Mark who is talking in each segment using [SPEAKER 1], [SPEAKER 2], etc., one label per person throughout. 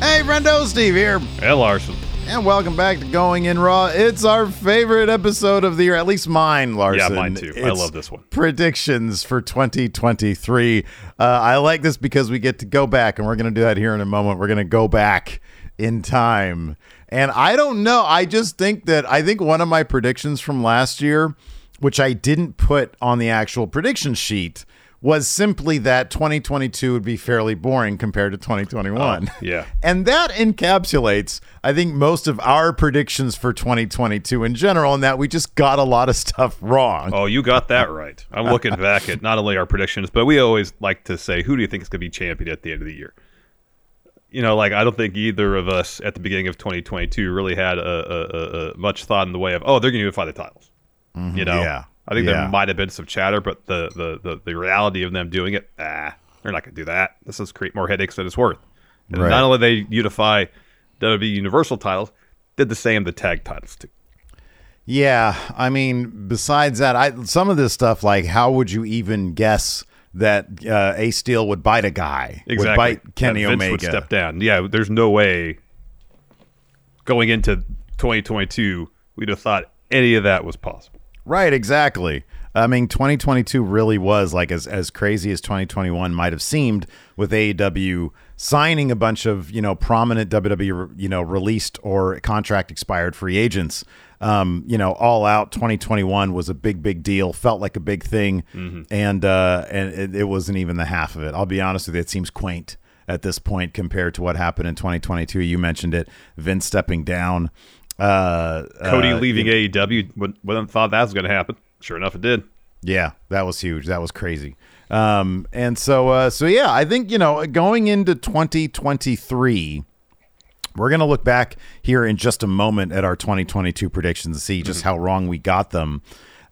[SPEAKER 1] Hey, Brendo, Steve here,
[SPEAKER 2] L. Larson.
[SPEAKER 1] and welcome back to Going In Raw. It's our favorite episode of the year, at least mine, Larson.
[SPEAKER 2] Yeah, mine too. I
[SPEAKER 1] It's
[SPEAKER 2] love this one.
[SPEAKER 1] Predictions for 2023. Uh, I like this because we get to go back, and we're going to do that here in a moment. We're going to go back in time. And I don't know. I just think that I think one of my predictions from last year, which I didn't put on the actual prediction sheet, was simply that 2022 would be fairly boring compared to 2021.
[SPEAKER 2] Oh, yeah.
[SPEAKER 1] And that encapsulates, I think, most of our predictions for 2022 in general, in that we just got a lot of stuff wrong.
[SPEAKER 2] Oh, you got that right. I'm looking back at not only our predictions, but we always like to say, who do you think is going to be champion at the end of the year? You know, like I don't think either of us at the beginning of 2022 really had a, a, a, a much thought in the way of, oh, they're going to unify the titles. You know,
[SPEAKER 1] Mm-hmm. yeah,
[SPEAKER 2] I think
[SPEAKER 1] yeah.
[SPEAKER 2] there might have been some chatter, but the the, the, the reality of them doing it, ah, they're not going to do that. This is create more headaches than it's worth. And
[SPEAKER 1] Right.
[SPEAKER 2] Not only they unify WWE Universal titles, did the same the tag titles too.
[SPEAKER 1] Yeah, I mean, besides that, I some of this stuff like how would you even guess that uh, Ace Steel would bite a guy? Would
[SPEAKER 2] Exactly.
[SPEAKER 1] bite Kenny
[SPEAKER 2] That Vince
[SPEAKER 1] Omega.
[SPEAKER 2] would step down. Yeah, there's no way going into 2022 we'd have thought any of that was possible.
[SPEAKER 1] Right, exactly. I mean, 2022 really was like as as crazy as 2021 might have seemed with AEW signing a bunch of you know prominent WWE you know released or contract expired free agents. Um, you know, all out 2021 was a big, big deal. Felt like a big thing, and uh, and it, it wasn't even the half of it. I'll be honest with you, it seems quaint at this point compared to what happened in 2022. You mentioned it, Vince stepping down. Uh,
[SPEAKER 2] Cody
[SPEAKER 1] uh,
[SPEAKER 2] leaving AEW wouldn't, wouldn't have thought that was going to happen. Sure enough, it did.
[SPEAKER 1] Yeah, that was huge. That was crazy. Um, and so, uh, so yeah, I think you know, going into 2023, we're gonna look back here in just a moment at our 2022 predictions and see just how wrong we got them.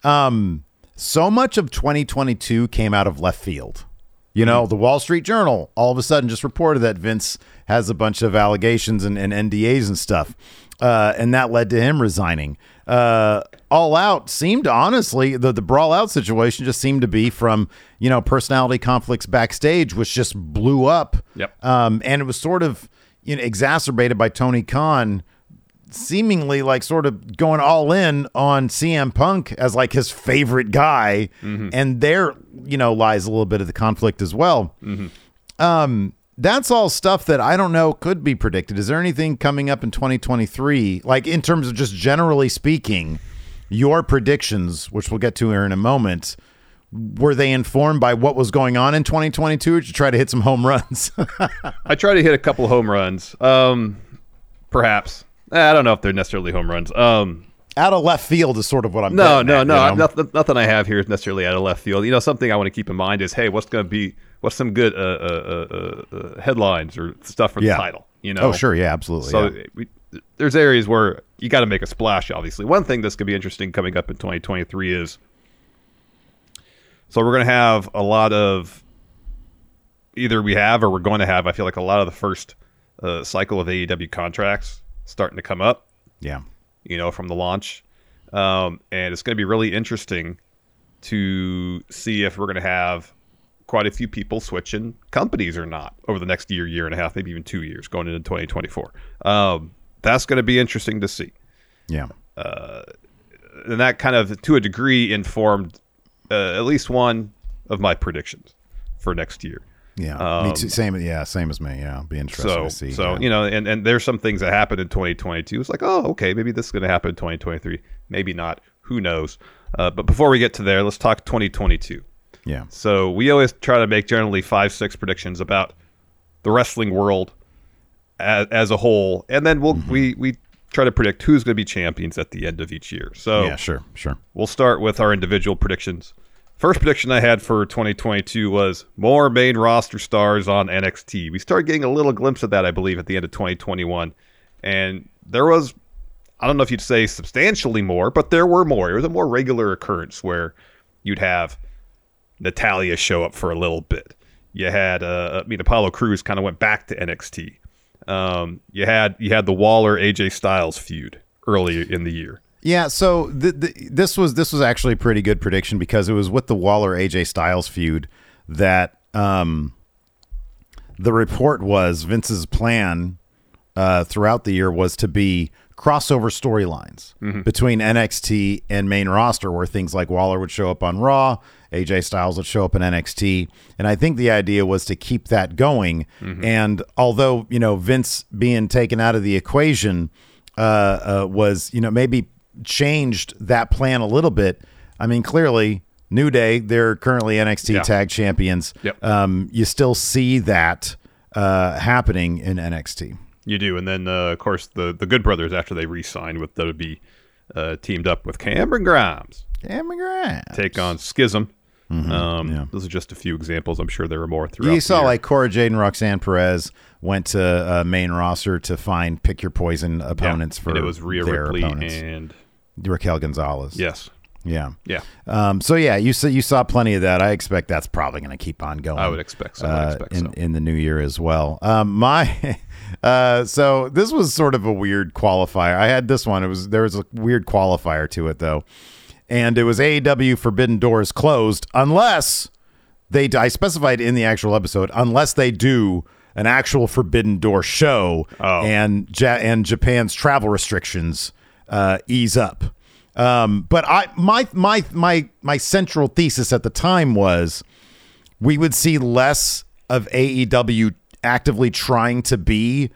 [SPEAKER 1] Um, so much of 2022 came out of left field. You know, the Wall Street Journal all of a sudden just reported that Vince has a bunch of allegations and, and NDAs and stuff. Uh, and that led to him resigning. Uh, all Out seemed honestly, the, the Brawl Out situation just seemed to be from, you know, personality conflicts backstage, which just blew up.
[SPEAKER 2] Yep.
[SPEAKER 1] Um, and it was sort of, you know, exacerbated by Tony Khan seemingly like sort of going all in on CM Punk as like his favorite guy,
[SPEAKER 2] Mm-hmm.
[SPEAKER 1] and there you know lies a little bit of the conflict as well.
[SPEAKER 2] Mm-hmm.
[SPEAKER 1] Um, that's all stuff that I don't know could be predicted. Is there anything coming up in 2023, like in terms of just generally speaking, your predictions, which we'll get to here in a moment? Were they informed by what was going on in 2022, or did you try to hit some home runs?
[SPEAKER 2] I try to hit a couple home runs. Um, perhaps Eh, I don't know if they're necessarily home runs. Um,
[SPEAKER 1] out of left field is sort of what I'm.
[SPEAKER 2] No,
[SPEAKER 1] getting
[SPEAKER 2] no,
[SPEAKER 1] at,
[SPEAKER 2] no.
[SPEAKER 1] you know?
[SPEAKER 2] I- Nothing, nothing I have here is necessarily out of left field. You know, something I want to keep in mind is, hey, what's going to be, what's some good uh, uh, uh, uh, headlines or stuff for
[SPEAKER 1] Yeah.
[SPEAKER 2] the title? You know,
[SPEAKER 1] Oh, sure, yeah, absolutely.
[SPEAKER 2] So
[SPEAKER 1] yeah.
[SPEAKER 2] we, there's areas where you got to make a splash. Obviously, one thing that's going to be interesting coming up in 2023 is, so we're going to have a lot of, either we have or we're going to have. I feel like a lot of the first uh, cycle of AEW contracts starting to come up
[SPEAKER 1] yeah.
[SPEAKER 2] you know, from the launch. Um, and it's going to be really interesting to see if we're going to have quite a few people switching companies or not over the next year, year and a half, maybe even two years going into 2024. Um, that's going to be interesting to see.
[SPEAKER 1] Yeah.
[SPEAKER 2] And that kind of, to a degree, informed uh, at least one of my predictions for next year.
[SPEAKER 1] Yeah. me too. Same. Yeah. Same as me. Yeah. Be interesting
[SPEAKER 2] Um, So,
[SPEAKER 1] to see.
[SPEAKER 2] so
[SPEAKER 1] yeah.
[SPEAKER 2] you know, and, and there's some things that happened in 2022. It's like, oh, okay, maybe this is going to happen in 2023. Maybe not. Who knows? Uh, but before we get to there, let's talk 2022.
[SPEAKER 1] Yeah.
[SPEAKER 2] So we always try to make generally five, six predictions about the wrestling world as, as a whole, and then we'll
[SPEAKER 1] Mm-hmm.
[SPEAKER 2] we we try to predict who's going to be champions at the end of each year. So
[SPEAKER 1] Yeah. Sure. Sure.
[SPEAKER 2] we'll start with our individual predictions. First prediction I had for 2022 was more main roster stars on NXT. We started getting a little glimpse of that, I believe, at the end of 2021. And there was, I don't know if you'd say substantially more, but there were more. It was a more regular occurrence where you'd have Natalia show up for a little bit. You had, uh, I mean, Apollo Crews kind of went back to NXT. Um, you had you had the Waller AJ Styles feud early in the year.
[SPEAKER 1] Yeah, so th- th- this was this was actually a pretty good prediction because it was with the Waller AJ Styles feud that um, the report was Vince's plan uh, throughout the year was to be crossover storylines
[SPEAKER 2] Mm-hmm.
[SPEAKER 1] between NXT and main roster, where things like Waller would show up on Raw, AJ Styles would show up in NXT, and I think the idea was to keep that going.
[SPEAKER 2] Mm-hmm.
[SPEAKER 1] And although you know Vince being taken out of the equation uh, uh, was you know maybe changed that plan a little bit. I mean, clearly, New Day they're currently NXT
[SPEAKER 2] Yeah.
[SPEAKER 1] Tag Champions.
[SPEAKER 2] Yep.
[SPEAKER 1] Um, you still see that uh, happening in NXT.
[SPEAKER 2] You do, and then uh, of course the the Good Brothers after they re-signed with WB, uh, teamed up with Cameron Grimes
[SPEAKER 1] Immigrant.
[SPEAKER 2] take on Schism. um,
[SPEAKER 1] Mm-hmm. yeah.
[SPEAKER 2] Those are just a few examples. I'm sure there were more throughout.
[SPEAKER 1] You
[SPEAKER 2] the
[SPEAKER 1] saw
[SPEAKER 2] year.
[SPEAKER 1] like Cora Jade and Roxanne Perez went to uh, main roster to find pick your poison
[SPEAKER 2] Yeah,
[SPEAKER 1] opponents for
[SPEAKER 2] and it was Rhea
[SPEAKER 1] their
[SPEAKER 2] Ripley
[SPEAKER 1] opponents.
[SPEAKER 2] and
[SPEAKER 1] Raquel Gonzalez.
[SPEAKER 2] yes,
[SPEAKER 1] yeah,
[SPEAKER 2] yeah.
[SPEAKER 1] Um, so yeah, you saw you saw plenty of that. I expect that's probably going to keep on going.
[SPEAKER 2] I would expect so. I would
[SPEAKER 1] uh,
[SPEAKER 2] expect
[SPEAKER 1] in
[SPEAKER 2] so.
[SPEAKER 1] in the new year as well. Um, my uh, so this was sort of a weird qualifier. I had this one. It was there was a weird qualifier to it though, and it was AEW Forbidden Doors closed unless they. I specified in the actual episode unless they do an actual Forbidden Door show
[SPEAKER 2] Oh.
[SPEAKER 1] and ja- and Japan's travel restrictions uh, ease up. Um, but I my my my my central thesis at the time was we would see less of AEW actively trying to be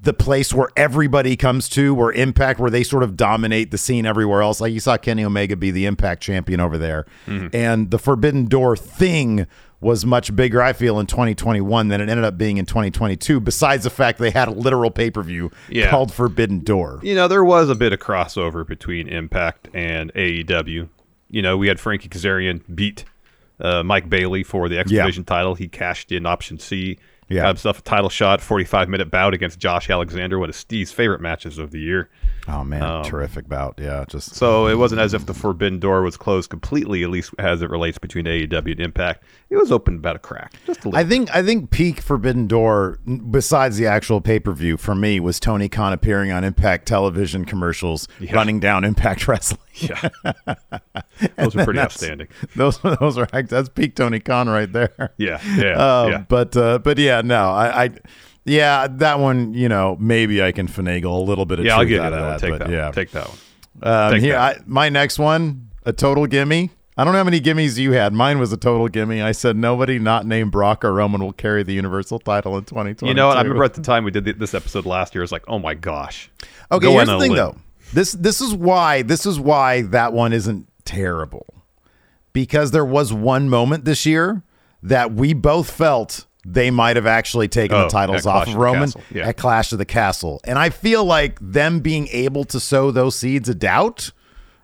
[SPEAKER 1] the place where everybody comes to, where Impact, where they sort of dominate the scene everywhere else. Like you saw Kenny Omega be the Impact champion over there. And the Forbidden Door thing was much bigger, I feel, in 2021 than it ended up being in 2022, besides the fact they had a literal pay per view
[SPEAKER 2] Yeah.
[SPEAKER 1] called Forbidden Door.
[SPEAKER 2] you know, there was a bit of crossover between Impact and AEW. You know, we had Frankie Kazarian beat uh, Mike Bailey for the X
[SPEAKER 1] Yeah.
[SPEAKER 2] Division title. He cashed in option C.
[SPEAKER 1] Yeah.
[SPEAKER 2] Got himself a title shot, 45 minute bout against Josh Alexander, one of Steve's favorite matches of the year.
[SPEAKER 1] Oh, man. terrific bout. Yeah. Just
[SPEAKER 2] So it wasn't as if the forbidden door was closed completely, at least as it relates between AEW and Impact. It was open about a crack, just a little.
[SPEAKER 1] I think I think peak Forbidden Door, n- besides the actual pay per view, for me was Tony Khan appearing on Impact Television commercials, running down Impact Wrestling.
[SPEAKER 2] Those are pretty
[SPEAKER 1] That's-
[SPEAKER 2] outstanding.
[SPEAKER 1] Those those are act- that's peak Tony Khan right there.
[SPEAKER 2] Yeah, yeah,
[SPEAKER 1] Um,
[SPEAKER 2] yeah.
[SPEAKER 1] But uh, but yeah, no, I, I yeah that one you know maybe I can finagle a little bit of
[SPEAKER 2] Yeah, I'll
[SPEAKER 1] truth
[SPEAKER 2] give you
[SPEAKER 1] out
[SPEAKER 2] that,
[SPEAKER 1] of
[SPEAKER 2] one.
[SPEAKER 1] that.
[SPEAKER 2] Take
[SPEAKER 1] but
[SPEAKER 2] that.
[SPEAKER 1] yeah,
[SPEAKER 2] One. Take that one.
[SPEAKER 1] um,
[SPEAKER 2] take
[SPEAKER 1] here
[SPEAKER 2] that.
[SPEAKER 1] I, my next one a total gimme. I don't know how many gimmies you had. Mine was a total gimme. I said nobody not named Brock or Roman will carry the Universal title in 2020.
[SPEAKER 2] You know what? I remember at the time we did the, this episode last year. I was like, oh my gosh.
[SPEAKER 1] Okay,
[SPEAKER 2] Go
[SPEAKER 1] here's the
[SPEAKER 2] on a
[SPEAKER 1] thing
[SPEAKER 2] limb.
[SPEAKER 1] though. This this is why this is why that one isn't terrible. Because there was one moment this year that we both felt they might have actually taken
[SPEAKER 2] Oh,
[SPEAKER 1] the titles
[SPEAKER 2] at
[SPEAKER 1] off
[SPEAKER 2] Clash
[SPEAKER 1] of
[SPEAKER 2] of the
[SPEAKER 1] Roman
[SPEAKER 2] Castle, yeah.
[SPEAKER 1] at Clash of the Castle. And I feel like them being able to sow those seeds of doubt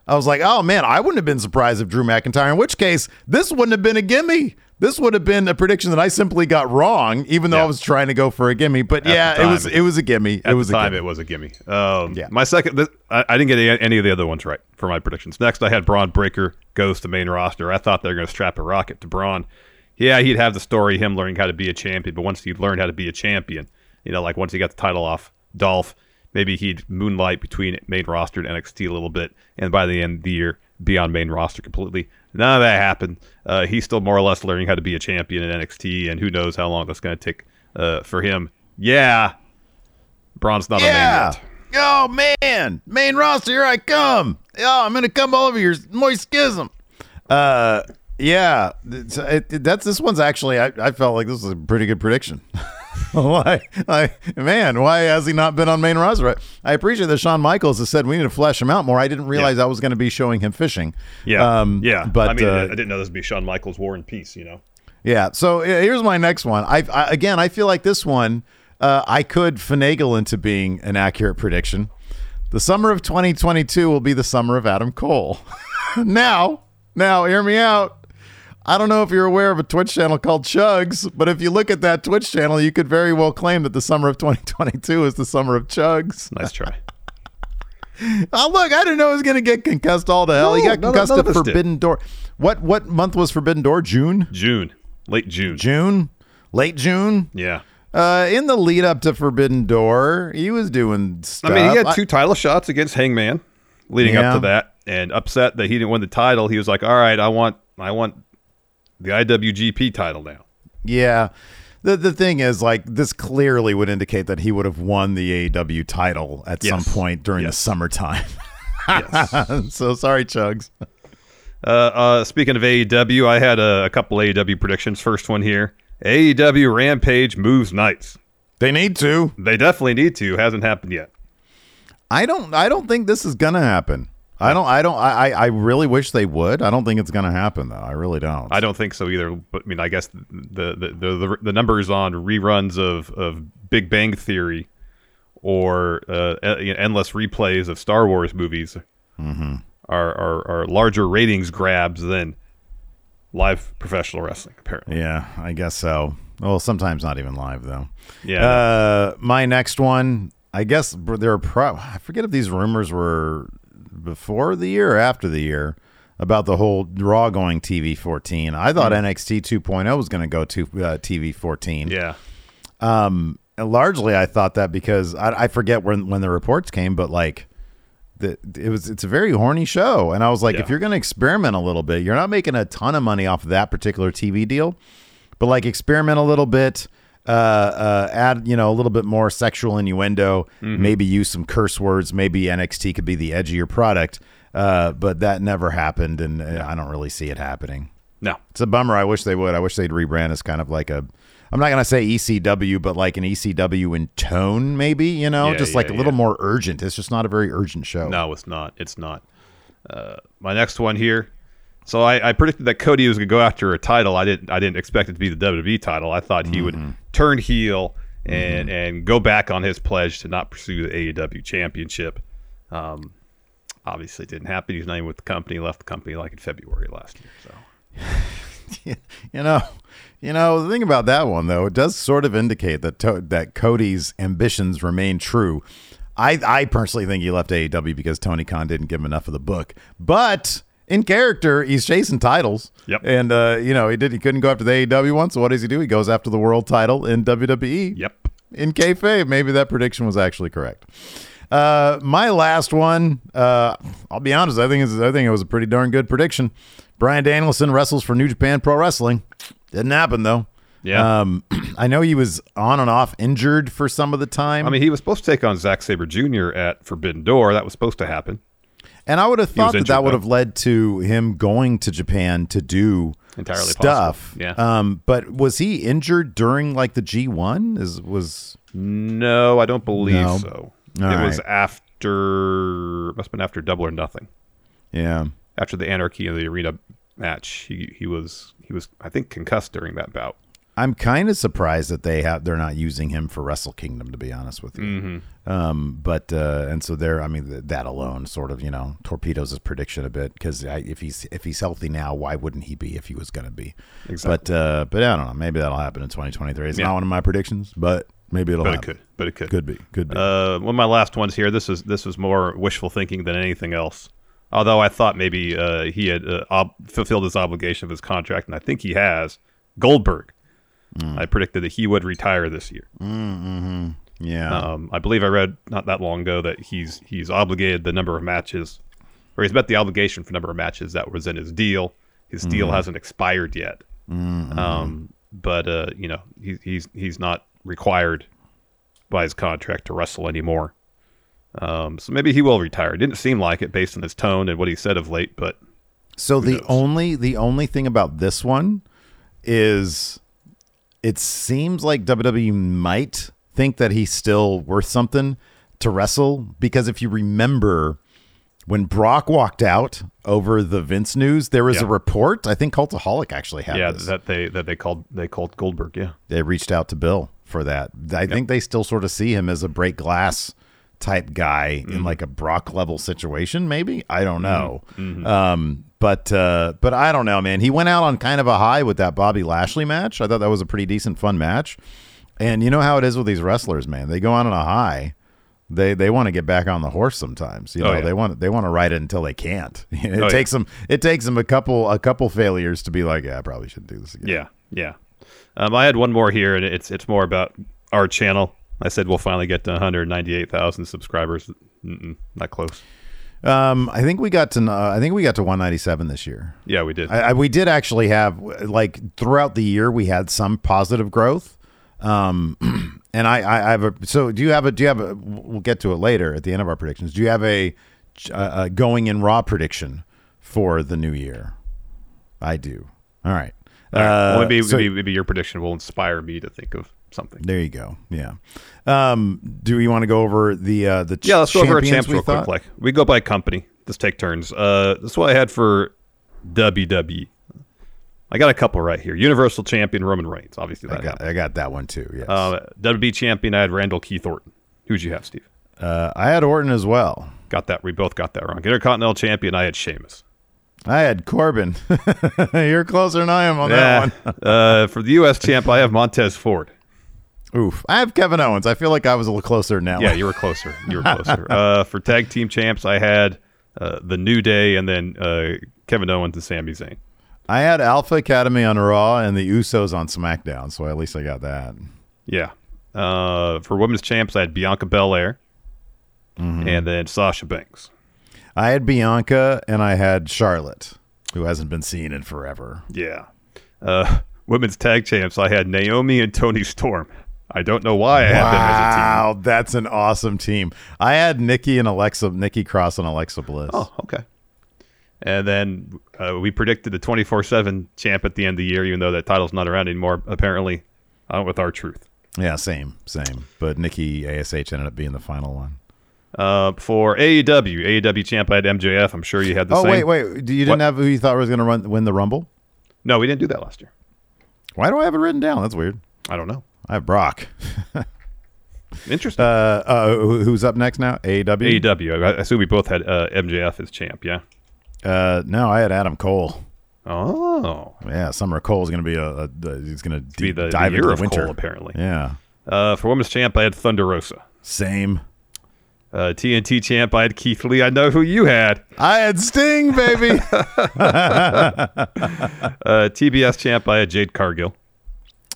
[SPEAKER 1] I was like, oh man, I wouldn't have been surprised if Drew McIntyre, in which case, this wouldn't have been a gimme. This would have been a prediction that I simply got wrong, even though
[SPEAKER 2] Yeah.
[SPEAKER 1] I was trying to go for a gimme. But
[SPEAKER 2] At the
[SPEAKER 1] yeah, it
[SPEAKER 2] time,
[SPEAKER 1] was it was a gimme.
[SPEAKER 2] At
[SPEAKER 1] it was
[SPEAKER 2] the time,
[SPEAKER 1] a gimme.
[SPEAKER 2] it was a gimme. Um,
[SPEAKER 1] Yeah.
[SPEAKER 2] My second, th- I, I didn't get any, any of the other ones right for my predictions. Next, I had Braun Breaker goes to main roster. I thought they were going to strap a rocket to Braun. Yeah, he'd have the story him learning how to be a champion, but once he learned how to be a champion, you know, like once he got the title off Dolph, maybe he'd moonlight between main roster and NXT a little bit, and by the end of the year, be on main roster completely. None of that happened. Uh, he's still more or less learning how to be a champion in NXT, and who knows how long that's going to take uh, for him. Yeah, Braun's not
[SPEAKER 1] yeah.
[SPEAKER 2] a man yet.
[SPEAKER 1] Oh man, main roster, here I come. Oh, I'm gonna come all over your moist schism. Uh, yeah, it's- it- it- that's this one's actually. I, I felt like this was a pretty good prediction. why, I, man? Why has he not been on main roster? I, I appreciate that Shawn Michaels has said we need to flesh him out more. I didn't realize I was going to be showing him fishing.
[SPEAKER 2] Yeah, yeah.
[SPEAKER 1] But
[SPEAKER 2] I mean, I
[SPEAKER 1] uh,
[SPEAKER 2] didn't know this would be Shawn Michaels' War and Peace. You know,
[SPEAKER 1] yeah. So yeah, here's my next one. I, I again, I feel like this one uh, I could finagle into being an accurate prediction. The summer of 2022 will be the summer of Adam Cole. now, now, hear me out. I don't know if you're aware of a Twitch channel called Chugs, but if you look at that Twitch channel, you could very well claim that the summer of 2022 is the summer of Chugs.
[SPEAKER 2] nice try.
[SPEAKER 1] Oh, look, I didn't know he was going to get concussed all to hell. he
[SPEAKER 2] No,
[SPEAKER 1] got
[SPEAKER 2] none of-
[SPEAKER 1] concussed
[SPEAKER 2] none
[SPEAKER 1] at
[SPEAKER 2] of us did.
[SPEAKER 1] Forbidden Door. What what month was Forbidden Door? June?
[SPEAKER 2] June, late June.
[SPEAKER 1] June? Late June?
[SPEAKER 2] Yeah,
[SPEAKER 1] Uh, in the lead up to Forbidden Door, he was doing stuff.
[SPEAKER 2] I mean, he had
[SPEAKER 1] I-
[SPEAKER 2] two title shots against Hangman, leading
[SPEAKER 1] Yeah.
[SPEAKER 2] up to that, and upset that he didn't win the title. He was like, "All right, I want, I want the IWGP title now."
[SPEAKER 1] yeah. The the thing is, like, this clearly would indicate that he would have won the AEW title at some
[SPEAKER 2] Yes.
[SPEAKER 1] point during the
[SPEAKER 2] Yes.
[SPEAKER 1] summertime.
[SPEAKER 2] Yes.
[SPEAKER 1] so sorry, Chugs.
[SPEAKER 2] Uh, uh, speaking of AEW, I had a, a couple AEW predictions. First one here: AEW Rampage moves nights.
[SPEAKER 1] They need to.
[SPEAKER 2] They definitely need to. Hasn't happened yet.
[SPEAKER 1] I don't. I don't think this is gonna happen. I don't. I don't. I. I I really wish they would. I don't think it's gonna happen though. I really don't.
[SPEAKER 2] I don't think so either. But I mean, I guess the the the, the, the numbers on reruns of, of Big Bang Theory or uh, e- endless replays of Star Wars movies are, are are larger ratings grabs than live professional wrestling. Apparently,
[SPEAKER 1] Yeah, I guess so. Well, sometimes not even live though.
[SPEAKER 2] Yeah.
[SPEAKER 1] Uh, my next one, I guess br- there are pro. I forget if these rumors were before the year or after the year about the whole Raw going TV 14. I thought NXT 2.0 was going to go to uh, TV 14.
[SPEAKER 2] yeah.
[SPEAKER 1] And largely, I thought that because I, I forget when when the reports came, but like. The, it was it's a very horny show and i was like
[SPEAKER 2] Yeah.
[SPEAKER 1] if you're going to experiment a little bit you're not making a ton of money off of that particular tv deal but like experiment a little bit uh, uh, add you know a little bit more sexual innuendo maybe use some curse words maybe nxt could be the edgier product uh, but that never happened and uh, i don't really see it happening
[SPEAKER 2] No.
[SPEAKER 1] it's a bummer i wish they would i wish they'd rebrand as kind of like a i'm not going to say ecw but like an ecw in tone maybe you know
[SPEAKER 2] Yeah,
[SPEAKER 1] just like a
[SPEAKER 2] yeah,
[SPEAKER 1] little
[SPEAKER 2] yeah.
[SPEAKER 1] more urgent it's just not a very urgent show
[SPEAKER 2] No, it's not. It's not. Uh, my next one here. So I, I predicted that Cody was going to go after a title. I didn't. I didn't expect it to be the WWE title. I thought he would turn heel and and go back on his pledge to not pursue the AEW championship. Um, obviously, it didn't happen. He's not even with the company. Left the company like in February last year. So
[SPEAKER 1] You know, you know the thing about that one though, it does sort of indicate that to- that Cody's ambitions remain true. I I personally think he left AEW because Tony Khan didn't give him enough of the book, but. In character, he's chasing titles.
[SPEAKER 2] Yep.
[SPEAKER 1] And uh, you know, he did he couldn't go after the AEW one, so what does he do? He goes after the world title in E. WWE.
[SPEAKER 2] yep.
[SPEAKER 1] In kayfabe, maybe that prediction was actually correct. Uh, my last one, uh, I'll be honest, I think it's, I think it was a pretty darn good prediction. Brian Danielson wrestles for New Japan Pro Wrestling. Didn't happen though.
[SPEAKER 2] Yeah.
[SPEAKER 1] Um, I know he was on and off injured for some of the time.
[SPEAKER 2] I mean, he was supposed to take on Zack Saber Jr. at Forbidden Door. That was supposed to happen.
[SPEAKER 1] and I would have thought that
[SPEAKER 2] injured,
[SPEAKER 1] that would
[SPEAKER 2] though.
[SPEAKER 1] have led to him going to Japan to do
[SPEAKER 2] Entirely
[SPEAKER 1] stuff.
[SPEAKER 2] possible. Yeah.
[SPEAKER 1] Um, but was he injured during like the G one? Is was
[SPEAKER 2] No, I don't believe
[SPEAKER 1] No.
[SPEAKER 2] so.
[SPEAKER 1] All
[SPEAKER 2] it was
[SPEAKER 1] right.
[SPEAKER 2] after must have been after Double or Nothing.
[SPEAKER 1] yeah.
[SPEAKER 2] After the Anarchy in the Arena match, he he was he was I think concussed during that bout.
[SPEAKER 1] I'm kind of surprised that they have they're not using him for Wrestle Kingdom to be honest with you.
[SPEAKER 2] Mm-hmm.
[SPEAKER 1] Um, but uh, and so there, I mean th- that alone sort of you know torpedoes his prediction a bit because if he's if he's healthy now, why wouldn't he be if he was going to be? But uh, but I don't know. Maybe that'll happen in 2023. It's
[SPEAKER 2] Yeah.
[SPEAKER 1] not one of my predictions, but maybe it'll.
[SPEAKER 2] But it
[SPEAKER 1] happen.
[SPEAKER 2] could. Um, But it could.
[SPEAKER 1] Could be. Could be.
[SPEAKER 2] Uh, one of my last ones here. This is this was more wishful thinking than anything else. Although I thought maybe uh, he had uh, ob- fulfilled his obligation of his contract, and I think he has. Goldberg. I predicted that he would retire this year.
[SPEAKER 1] yeah.
[SPEAKER 2] Um, I believe I read not that long ago that he's he's obligated the number of matches, or he's met the obligation for number of matches that was in his deal. His deal hasn't expired yet, um, but uh, you know he's he's he's not required by his contract to wrestle anymore. Um, so maybe he will retire. Didn't seem like it based on his tone and what he said of late, but
[SPEAKER 1] So the
[SPEAKER 2] knows?
[SPEAKER 1] only the only thing about this one is it seems like WWE might think that he's still worth something to wrestle because if you remember when Brock walked out over the Vince news, there was
[SPEAKER 2] Yeah.
[SPEAKER 1] a report. I think Cultaholic actually had
[SPEAKER 2] yeah,
[SPEAKER 1] this.
[SPEAKER 2] that they that they called they called Goldberg. Yeah,
[SPEAKER 1] they reached out to Bill for that. I think they still sort of see him as a break glass type guy in
[SPEAKER 2] Mm-hmm.
[SPEAKER 1] like a Brock level situation, maybe. I don't know.
[SPEAKER 2] Mm-hmm.
[SPEAKER 1] Um, but uh, but I don't know, man. He went out on kind of a high with that Bobby Lashley match. I thought that was a pretty decent fun match. And you know how it is with these wrestlers, man. They go out on a high. They they want to get back on the horse sometimes. You know,
[SPEAKER 2] Oh, yeah. Oh,
[SPEAKER 1] they want they want to ride it until they can't. it
[SPEAKER 2] yeah.
[SPEAKER 1] takes them it takes them a couple a couple failures to be like, yeah, I probably shouldn't do this again.
[SPEAKER 2] Yeah, yeah. Um, I had one more here, and it's it's more about our channel. I said we'll finally get to 198,000 subscribers. Mm-mm, not close.
[SPEAKER 1] Um, I think we got to uh, I think we got to 197 this year.
[SPEAKER 2] Yeah, we did.
[SPEAKER 1] I, I we did actually have like throughout the year we had some positive growth. Um, and I, I I have a so do you have a do you have a we'll get to it later at the end of our predictions. Do you have a, uh a going in raw prediction for the new year? I do. All right.
[SPEAKER 2] well, maybe,
[SPEAKER 1] uh, so-
[SPEAKER 2] maybe maybe your prediction will inspire me to think of something.
[SPEAKER 1] There you go. Yeah. Um, do we want to go over the uh the ch-
[SPEAKER 2] Yeah, let's go over our
[SPEAKER 1] champions
[SPEAKER 2] champs
[SPEAKER 1] we
[SPEAKER 2] real
[SPEAKER 1] thought?
[SPEAKER 2] quick. Like we go by company. Let's take turns. Uh, that's what I had for WWE. I got a couple right here. Universal Champion Roman Reigns. Obviously,
[SPEAKER 1] I
[SPEAKER 2] that
[SPEAKER 1] got
[SPEAKER 2] happened.
[SPEAKER 1] I got that one too. Yes.
[SPEAKER 2] Uh, WWE Champion. I had Randall Keith Orton. Who'd you have, Steve?
[SPEAKER 1] uh, I had Orton as well.
[SPEAKER 2] Got that. We both got that wrong. Intercontinental Champion. I had Sheamus.
[SPEAKER 1] I had Corbin. You're closer than I am on that
[SPEAKER 2] Yeah. uh, for the U.S. champ, I have Montez Ford.
[SPEAKER 1] one. Oof. I have Kevin Owens. I feel like I was a little closer now.
[SPEAKER 2] Yeah, you were closer. You were closer. Uh, for tag team champs, I had uh, the New Day and then uh, Kevin Owens and Sami Zayn.
[SPEAKER 1] I had Alpha Academy on Raw and the Usos on SmackDown, so at least I got that.
[SPEAKER 2] Yeah. Uh, for women's champs, I had Bianca Belair
[SPEAKER 1] Mm-hmm.
[SPEAKER 2] and then Sasha Banks.
[SPEAKER 1] I had Bianca and I had Charlotte, who hasn't been seen in forever.
[SPEAKER 2] Yeah. Uh, women's tag champs, I had Naomi and Tony Storm. I don't know why I had them as a team.
[SPEAKER 1] Wow, that's an awesome team. I had Nikki and Alexa, Nikki Cross and Alexa Bliss.
[SPEAKER 2] Oh, okay. And then uh, we predicted the 24 7 champ at the end of the year, even though that title's not around anymore, apparently, uh, with our truth.
[SPEAKER 1] Yeah, same, same. But Nikki Ash ended up being the final one.
[SPEAKER 2] Uh, for AEW, AEW E champ, I had MJF. I'm sure you had the
[SPEAKER 1] oh
[SPEAKER 2] same.
[SPEAKER 1] wait, wait. You didn't
[SPEAKER 2] What?
[SPEAKER 1] have who you thought was going to run win the Rumble?
[SPEAKER 2] No, we didn't do that last year.
[SPEAKER 1] Why do I have it written down? That's weird.
[SPEAKER 2] I don't know.
[SPEAKER 1] I have Brock.
[SPEAKER 2] Interesting.
[SPEAKER 1] Uh, uh, who- who's up next now? AEW.
[SPEAKER 2] AEW. I I assume we both had uh, MJF as champ, yeah?
[SPEAKER 1] Uh, no, I had Adam Cole.
[SPEAKER 2] Oh.
[SPEAKER 1] Yeah, Summer Cole's going to be a, a, a- he's going to
[SPEAKER 2] Be the,
[SPEAKER 1] dive
[SPEAKER 2] the year
[SPEAKER 1] into
[SPEAKER 2] of
[SPEAKER 1] the winter.
[SPEAKER 2] Cole, apparently.
[SPEAKER 1] Yeah,
[SPEAKER 2] Uh, for women's champ, I had Thunder Rosa.
[SPEAKER 1] same.
[SPEAKER 2] Uh, TNT champ, I had Keith Lee. I know who you had.
[SPEAKER 1] I had Sting, baby.
[SPEAKER 2] Uh, TBS champ, I had Jade Cargill.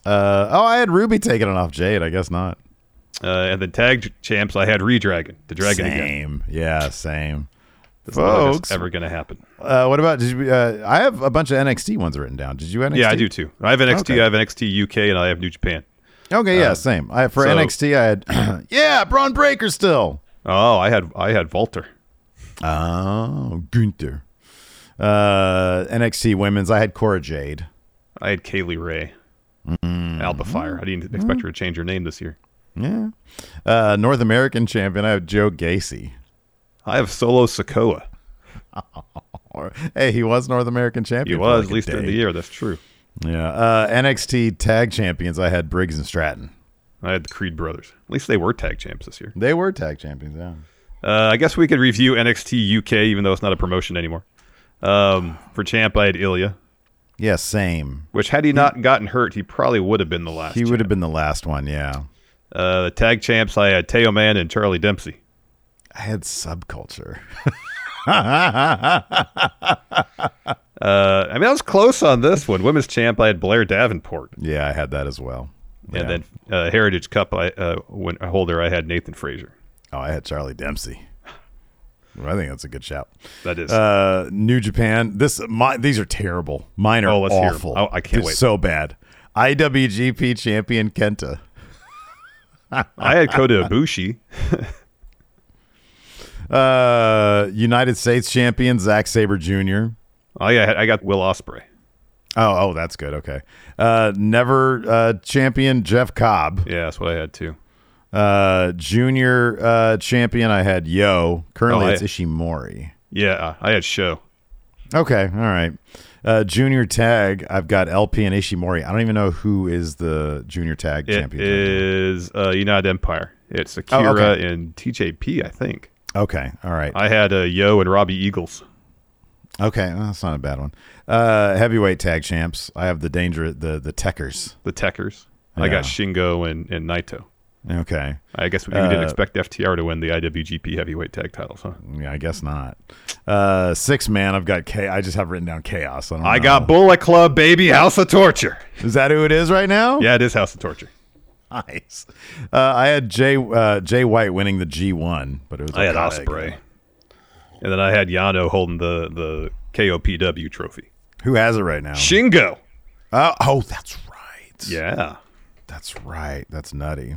[SPEAKER 1] uh, oh, I had Ruby taking it off Jade. I guess not.
[SPEAKER 2] Uh, and then tag champs, I had Redragon, the Dragon again.
[SPEAKER 1] same. Yeah, same.
[SPEAKER 2] That's not like it's
[SPEAKER 1] Folks.
[SPEAKER 2] ever going to happen.
[SPEAKER 1] Uh, what about? Did you, uh, I have a bunch of NXT ones written down. Did you NXT?
[SPEAKER 2] Yeah, I do too. I have NXT,
[SPEAKER 1] Okay.
[SPEAKER 2] I have NXT UK, and I have New Japan.
[SPEAKER 1] Okay, yeah, same. I for
[SPEAKER 2] Uh, so-
[SPEAKER 1] NXT, I had yeah, Braun Breaker still.
[SPEAKER 2] Oh, I had I had Volter.
[SPEAKER 1] Oh, Gunther. Uh, NXT Women's. I had Cora Jade.
[SPEAKER 2] I had Kaylee Ray.
[SPEAKER 1] Mm-hmm.
[SPEAKER 2] Alba Fire. I didn't expect her to change her name this year.
[SPEAKER 1] Yeah. Uh, North American champion. I have Joe Gacy.
[SPEAKER 2] I have Solo Sokoa.
[SPEAKER 1] Or, hey, he was North American
[SPEAKER 2] He
[SPEAKER 1] champion. for
[SPEAKER 2] was
[SPEAKER 1] like
[SPEAKER 2] at
[SPEAKER 1] a
[SPEAKER 2] least during
[SPEAKER 1] day.
[SPEAKER 2] the year. That's true.
[SPEAKER 1] Yeah. Uh, NXT tag champions, I had Briggs and Stratton.
[SPEAKER 2] I had the Creed brothers. At least they were tag champs this year.
[SPEAKER 1] They were tag champions, yeah.
[SPEAKER 2] Uh, I guess we could review NXT UK, even though it's not a promotion anymore. Um, for champ, I had Ilya,
[SPEAKER 1] Yeah, same.
[SPEAKER 2] which had he not gotten hurt, he probably would have been the last.
[SPEAKER 1] He would have
[SPEAKER 2] champ.
[SPEAKER 1] been the last one, yeah.
[SPEAKER 2] Uh, the tag champs, I had Teo Man and Charlie Dempsey.
[SPEAKER 1] I had subculture.
[SPEAKER 2] Uh, I mean, I was close on this one. Women's champ, I had Blair Davenport,
[SPEAKER 1] yeah, I had that as well. Yeah.
[SPEAKER 2] and then uh, Heritage Cup I, uh, win- holder, I had Nathan Frazier.
[SPEAKER 1] Oh, I had Charlie Dempsey. Well, I think that's a good shout.
[SPEAKER 2] That is
[SPEAKER 1] Uh, New Japan. This my these are terrible. Mine are
[SPEAKER 2] Oh, let's hear 'em.
[SPEAKER 1] awful.
[SPEAKER 2] I- I can't
[SPEAKER 1] They're
[SPEAKER 2] wait.
[SPEAKER 1] So bad. IWGP champion Kenta.
[SPEAKER 2] I had Kota Ibushi.
[SPEAKER 1] Uh, United States champion Zack Saber Jr.
[SPEAKER 2] I had, I got Will Osprey.
[SPEAKER 1] Oh, oh, that's good. Okay. Uh, never uh, champion Jeff Cobb.
[SPEAKER 2] Yeah, that's what I had too.
[SPEAKER 1] Uh, junior uh, champion I had Yo. Currently
[SPEAKER 2] Oh, I-
[SPEAKER 1] it's Ishimori.
[SPEAKER 2] Yeah, I had Show.
[SPEAKER 1] Okay, all right. Uh, junior tag, I've got LP and Ishimori. I don't even know who is the junior tag
[SPEAKER 2] It
[SPEAKER 1] champion.
[SPEAKER 2] is uh, United Empire. It's Akira
[SPEAKER 1] okay.
[SPEAKER 2] and TJP, I think.
[SPEAKER 1] okay, all right.
[SPEAKER 2] I had uh, Yo and Robbie Eagles.
[SPEAKER 1] okay, well, that's not a bad one. Uh, heavyweight tag champs, I have the danger the the Techers.
[SPEAKER 2] the Techers. I
[SPEAKER 1] Yeah.
[SPEAKER 2] got Shingo and, and Naito.
[SPEAKER 1] Okay,
[SPEAKER 2] I guess we, we didn't
[SPEAKER 1] Uh,
[SPEAKER 2] expect FTR to win the IWGP heavyweight tag titles, huh?
[SPEAKER 1] yeah, I guess not. Uh, six man, I've got K. I just have written down chaos. I, don't
[SPEAKER 2] I
[SPEAKER 1] know.
[SPEAKER 2] got Bullet Club, baby, House of Torture.
[SPEAKER 1] Is that who it is right now?
[SPEAKER 2] Yeah, it is House of Torture.
[SPEAKER 1] Nice. Uh, I had Jay uh, Jay White winning the G one, but it was
[SPEAKER 2] I had
[SPEAKER 1] Okada
[SPEAKER 2] Osprey,
[SPEAKER 1] again.
[SPEAKER 2] and then I had Yano holding the the KOPW trophy.
[SPEAKER 1] Who has it right now?
[SPEAKER 2] Shingo.
[SPEAKER 1] Uh, oh, that's right.
[SPEAKER 2] Yeah.
[SPEAKER 1] that's right. That's nutty.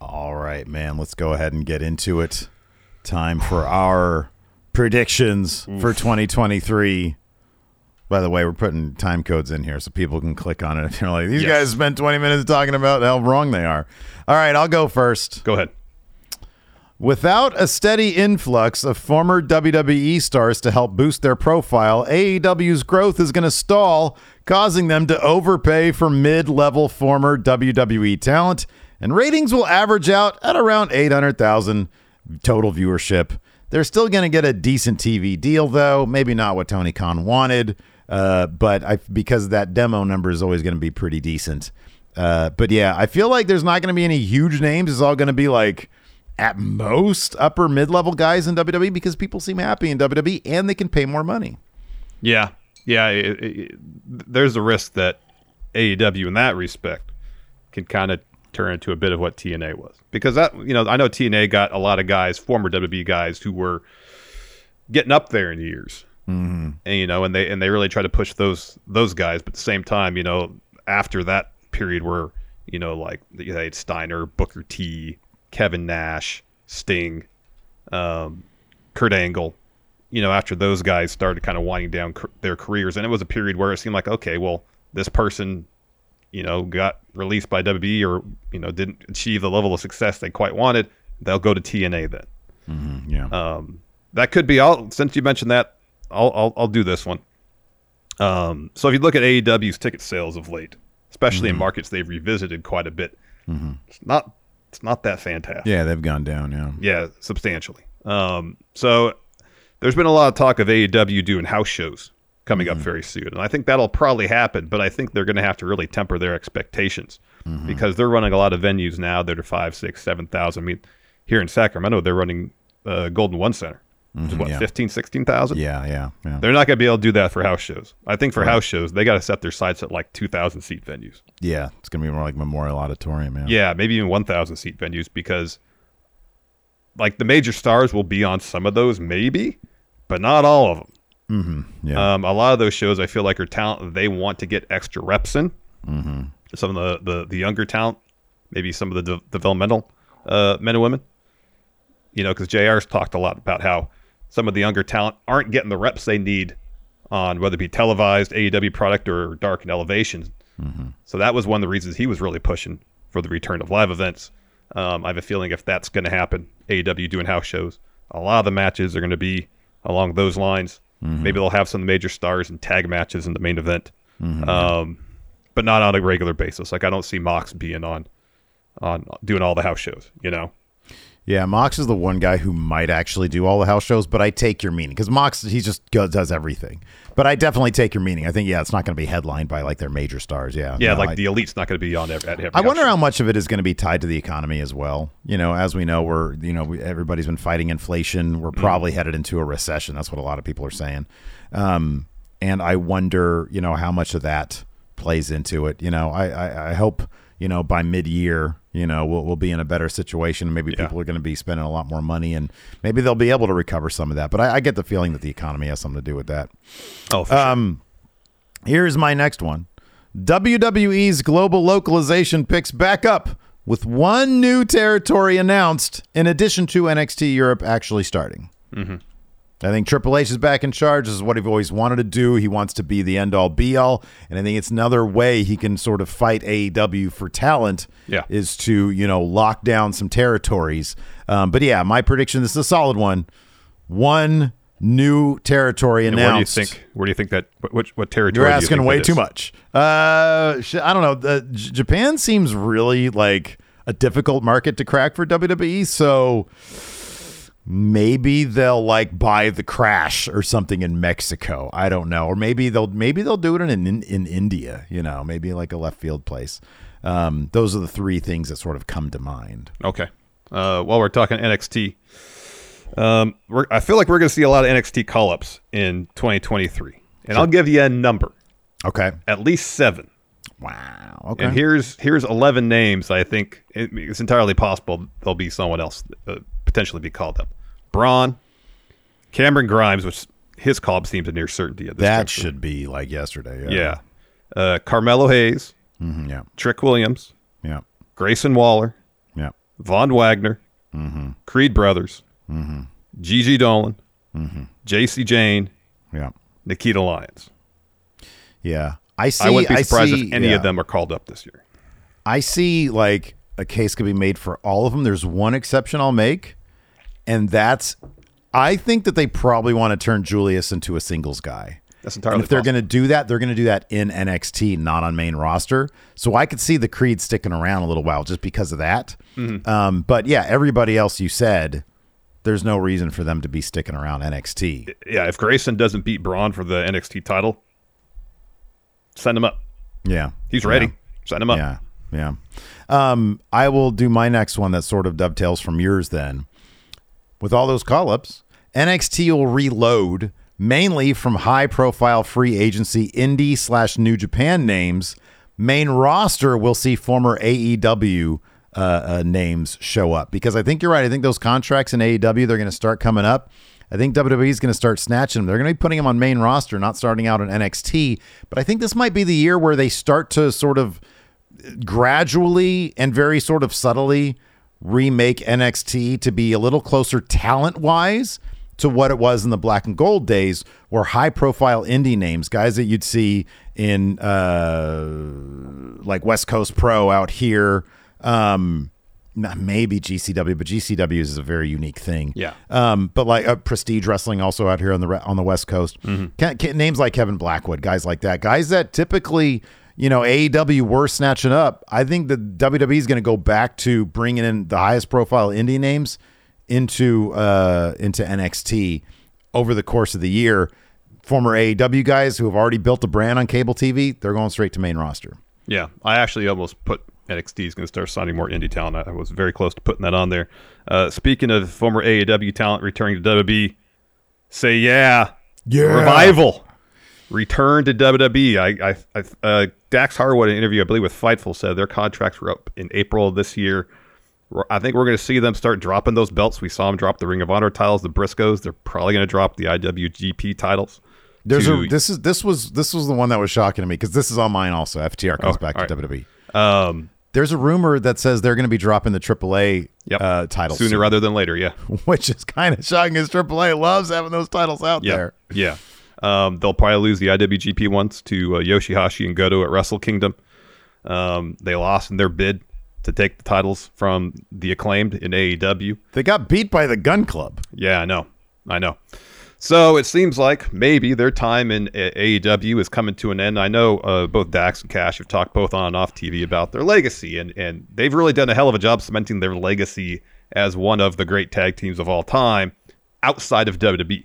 [SPEAKER 1] All right, man. Let's go ahead and get into it. Time for our predictions for 2023. By the way, we're putting time codes in here so people can click on it if you're like, these
[SPEAKER 2] Yes.
[SPEAKER 1] guys spent 20 minutes talking about how wrong they are. All right, I'll go first.
[SPEAKER 2] Go ahead.
[SPEAKER 1] Without a steady influx of former WWE stars to help boost their profile, AEW's growth is going to stall, causing them to overpay for mid level former WWE talent, and ratings will average out at around 800,000 total viewership. They're still going to get a decent TV deal, though. Maybe not what Tony Khan wanted, uh, but I, because that demo number is always going to be pretty decent. Uh, but yeah, I feel like there's not going to be any huge names. It's all going to be like at most upper mid level guys in WWE because people seem happy in WWE and they can pay more money.
[SPEAKER 2] Yeah, yeah. it- it- it- there's a risk that AEW, in that respect, can kind of turn into a bit of what TNA was because that you know I know TNA got a lot of guys, former WWE guys, who were getting up there in years, mm-hmm. and you know, and they and they really try to push those those guys. But at the same time, you know, after that period where you know like they had Steiner, Booker T, Kevin Nash, Sting, um, Kurt Angle, you know, after those guys started kind of winding down c their careers, and it was a period where it seemed like, okay, well, this person, you know, got released by WWE or you know didn't achieve the level of success they quite wanted. They'll go to TNA then.
[SPEAKER 1] yeah.
[SPEAKER 2] Um, that could be all. Since you mentioned that, I'll I'll, I'll do this one. Um, so if you look at AEW's ticket sales of late, especially in markets they've revisited quite a bit, it's not it's not that fantastic.
[SPEAKER 1] Yeah, they've gone down. Yeah.
[SPEAKER 2] Yeah, substantially. Um, so there's been a lot of talk of AEW doing house shows coming
[SPEAKER 1] Mm-hmm.
[SPEAKER 2] up very soon, and I think that'll probably happen. But I think they're going to have to really temper their expectations
[SPEAKER 1] Mm-hmm.
[SPEAKER 2] because they're running a lot of venues now that are five, six, seven thousand. I mean, here in Sacramento, they're running uh, Golden One Center, which is what
[SPEAKER 1] Mm-hmm, yeah.
[SPEAKER 2] fifteen, sixteen thousand.
[SPEAKER 1] Yeah. Yeah. Yeah.
[SPEAKER 2] They're not going to be able to do that for house shows. I think for house shows, they got to set their sights at like 2,000 seat venues.
[SPEAKER 1] Yeah. It's going to be more like Memorial Auditorium. Yeah.
[SPEAKER 2] Yeah, maybe even 1,000 seat venues because like the major stars will be on some of those, maybe, but not all of them. Mm-hmm.
[SPEAKER 1] yeah.
[SPEAKER 2] Um, a lot of those shows I feel like are talent that they want to get extra reps in. Mm-hmm. Some of the, the, the younger talent, maybe some of the de- developmental uh, men and women. You know, because JR's talked a lot about how some of the younger talent aren't getting the reps they need on whether it be televised AEW product or Dark and Elevation. So that was one of the reasons he was really pushing for the return of live events. Um, I have a feeling if that's going to happen, AEW doing house shows, a lot of the matches are going to be along those lines.
[SPEAKER 1] Mm-hmm.
[SPEAKER 2] Maybe they'll have some major stars and tag matches in the main event,
[SPEAKER 1] Mm-hmm.
[SPEAKER 2] um, but not on a regular basis. Like I don't see Mox being on on doing all the house shows. You know,
[SPEAKER 1] Yeah, Mox is the one guy who might actually do all the house shows, but I take your meaning because Mox he just go, does everything. But I definitely take your meaning. I think yeah, it's not going to be headlined by like their major stars. Yeah,
[SPEAKER 2] yeah,
[SPEAKER 1] no,
[SPEAKER 2] like
[SPEAKER 1] I,
[SPEAKER 2] the elite's not going to be on every. At every
[SPEAKER 1] I
[SPEAKER 2] house
[SPEAKER 1] wonder
[SPEAKER 2] show.
[SPEAKER 1] how much of it is going to be tied to the economy as well. You know, as we know, we're you know we, everybody's been fighting inflation. We're probably headed into a recession. That's what a lot of people are saying. Um, and I wonder, you know, how much of that plays into it. You know, I I, I hope you know by mid year, you know, we'll we'll be in a better situation. Maybe
[SPEAKER 2] Yeah.
[SPEAKER 1] people are going to be spending a lot more money, and maybe they'll be able to recover some of that. But I, I get the feeling that the economy has something to do with that.
[SPEAKER 2] Oh, for sure.
[SPEAKER 1] Um, Here's my next one. WWE's global localization picks back up with one new territory announced in addition to NXT Europe actually starting.
[SPEAKER 2] Mm-hmm.
[SPEAKER 1] I think Triple H is back in charge. This is what he've always wanted to do. He wants to be the end all be all. And I think it's another way he can sort of fight AEW for talent
[SPEAKER 2] Yeah.
[SPEAKER 1] is to, you know, lock down some territories. Um, but yeah, my prediction this is a solid one. One new territory
[SPEAKER 2] And
[SPEAKER 1] announced.
[SPEAKER 2] where do you think? Where do you think that? What what, what territory?
[SPEAKER 1] You're
[SPEAKER 2] do you
[SPEAKER 1] asking
[SPEAKER 2] think
[SPEAKER 1] way
[SPEAKER 2] that
[SPEAKER 1] too
[SPEAKER 2] is?
[SPEAKER 1] much. Uh, sh- I don't know. The, J- Japan seems really like a difficult market to crack for WWE, so maybe they'll like buy the crash or something in Mexico. I don't know, or maybe they'll maybe they'll do it in in, in India. You know, maybe like a left field place. Um, those are the three things that sort of come to mind.
[SPEAKER 2] Okay. Uh, while we're talking NXT, um, we're, I feel like we're going to see a lot of NXT call ups in 2023. And I'll give you a number,
[SPEAKER 1] Okay.
[SPEAKER 2] at least seven.
[SPEAKER 1] Wow. Okay.
[SPEAKER 2] And here's here's 11 names I think it, it's entirely possible there'll be someone else uh, potentially be called up. Braun, Cameron Grimes, which his call up seems a near certainty at this
[SPEAKER 1] that
[SPEAKER 2] juncture.
[SPEAKER 1] should be like yesterday.
[SPEAKER 2] Yeah. Uh, Carmelo Hayes,
[SPEAKER 1] Mhm, yeah.
[SPEAKER 2] Trick Williams,
[SPEAKER 1] Yeah.
[SPEAKER 2] Grayson Waller,
[SPEAKER 1] Yeah.
[SPEAKER 2] Von Wagner,
[SPEAKER 1] Mm-hmm.
[SPEAKER 2] Creed Brothers, Gigi Dolan,
[SPEAKER 1] Mm-hmm.
[SPEAKER 2] J.C. Jane,
[SPEAKER 1] Yeah.
[SPEAKER 2] Nikita Lyons.
[SPEAKER 1] Yeah. I see.
[SPEAKER 2] I wouldn't be surprised
[SPEAKER 1] see-
[SPEAKER 2] if any
[SPEAKER 1] yeah.
[SPEAKER 2] of them are called up this year.
[SPEAKER 1] I see like a case could be made for all of them. There's one exception I'll make, and that's I think that they probably want to turn Julius into a singles guy.
[SPEAKER 2] That's
[SPEAKER 1] And
[SPEAKER 2] entirely
[SPEAKER 1] if they're
[SPEAKER 2] possible.
[SPEAKER 1] going to do that, they're going to do that in NXT, not on main roster. So I could see the Creed sticking around a little while just because of that.
[SPEAKER 2] Mm-hmm.
[SPEAKER 1] Um, but yeah, everybody else you said, there's no reason for them to be sticking around NXT.
[SPEAKER 2] Yeah, if Grayson doesn't beat Braun for the NXT title, send him up.
[SPEAKER 1] Yeah,
[SPEAKER 2] He's ready. Send him up.
[SPEAKER 1] Yeah, Yeah. Um, I will do my next one that sort of dovetails from yours then. With all those call ups, NXT will reload mainly from high profile free agency indie slash New Japan names. Main roster will see former AEW uh, uh, names show up because I think you're right. I think those contracts in AEW, they're going to start coming up. I think WWE is going to start snatching them. They're going to be putting them on main roster, not starting out on NXT. But I think this might be the year where they start to sort of gradually and very sort of subtly remake NXT to be a little closer talent wise to what it was in the black and gold days, where high profile indie names, guys that you'd see in uh, like West Coast Pro out here, um, not maybe GCW, but GCW is a very unique thing.
[SPEAKER 2] Yeah.
[SPEAKER 1] Um, but like uh, Prestige Wrestling also out here on the re- on the West Coast. Ca- ca- names like Kevin Blackwood, guys like that, guys that typically you know AEW were snatching up. I think that WWE E is going to go back to bringing in the highest profile indie names into uh, into NXT over the course of the year. Former AEW guys who have already built a brand on cable TV, they're going straight to main roster.
[SPEAKER 2] Yeah, I actually almost put NXT is going to start signing more indie talent. I was very close to putting that on there. Uh, speaking of former AEW talent returning to WWE, say yeah, yeah, revival, return to WWE. I, I, I uh, Dax Harwood in an interview I believe with Fightful said their contracts were up in April of this year. We're- I think we're going to see them start dropping those belts. We saw them drop the Ring of Honor titles, the Briscoes. They're probably going to drop the IWGP titles.
[SPEAKER 1] There's
[SPEAKER 2] to-
[SPEAKER 1] a this is this was this was the one that was shocking to me because this is on mine also. FTR comes
[SPEAKER 2] Oh,
[SPEAKER 1] back
[SPEAKER 2] all
[SPEAKER 1] to
[SPEAKER 2] right.
[SPEAKER 1] WWE.
[SPEAKER 2] um,
[SPEAKER 1] There's a rumor that says they're going to be dropping the AAA
[SPEAKER 2] yep,
[SPEAKER 1] uh, titles
[SPEAKER 2] sooner rather than later. Yeah,
[SPEAKER 1] soon, which is kind of shocking because AAA loves having those titles out
[SPEAKER 2] Yeah.
[SPEAKER 1] there.
[SPEAKER 2] Yeah. Um, they'll probably lose the IWGP once to uh, Yoshihashi and Goto at Wrestle Kingdom. Um, they lost in their bid to take the titles from the acclaimed in E AEW.
[SPEAKER 1] They got beat by the Gun Club.
[SPEAKER 2] Yeah, I know. I know. So it seems like maybe their time in A- AEW is coming to an end. I know uh, both Dax and Cash have talked both on and off TV about their legacy, and, and they've really done a hell of a job cementing their legacy as one of the great tag teams of all time outside of WWE.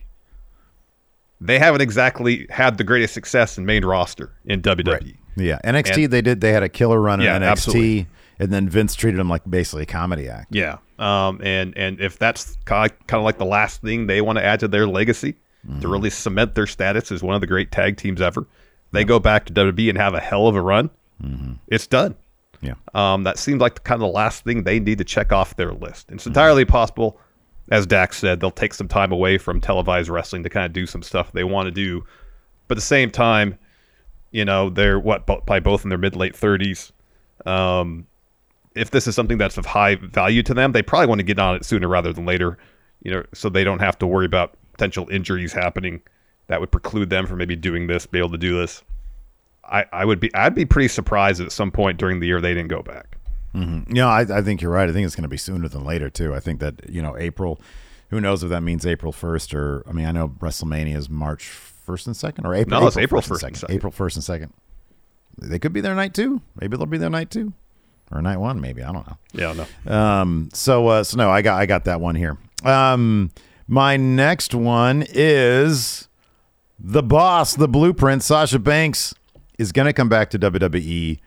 [SPEAKER 2] They haven't exactly had the greatest success in main roster in E. WWE.
[SPEAKER 1] Yeah, NXT
[SPEAKER 2] And-
[SPEAKER 1] they did they had a killer run in
[SPEAKER 2] Yeah,
[SPEAKER 1] NXT,
[SPEAKER 2] absolutely.
[SPEAKER 1] and then Vince treated them like basically a comedy act.
[SPEAKER 2] Yeah. Um, and and if that's kind of, kind of like the last thing they want to add to their legacy to really cement their status as one of the great tag teams ever, they go back to WWE and have a hell of a run. It's done.
[SPEAKER 1] Yeah.
[SPEAKER 2] Um, that seems like the kind of the last thing they need to check off their list. It's entirely possible, as Dax said, they'll take some time away from televised wrestling to kind of do some stuff they want to do. But at the same time, you know, they're what bo- by both in their mid late thirties. Um, if this is something that's of high value to them, they probably want to get on it sooner rather than later. You know, so they don't have to worry about potential injuries happening that would preclude them from maybe doing this, be able to do this. I, I would be I'd be pretty surprised at some point during the year they didn't go back.
[SPEAKER 1] Yeah, I, I think you're right. I think it's going to be sooner than later too. I think that you know April. Who knows if that means April first or I mean I know WrestleMania is March first and second or April.
[SPEAKER 2] No, it's April 1st and 2nd.
[SPEAKER 1] April first and second. They could be their night two. Maybe they'll be their night two, or night one. Maybe I don't know.
[SPEAKER 2] Yeah, no.
[SPEAKER 1] Um, so uh, so no, I got I got that one here. Um, my next one is the boss, the blueprint. Sasha Banks is going to come back to WWE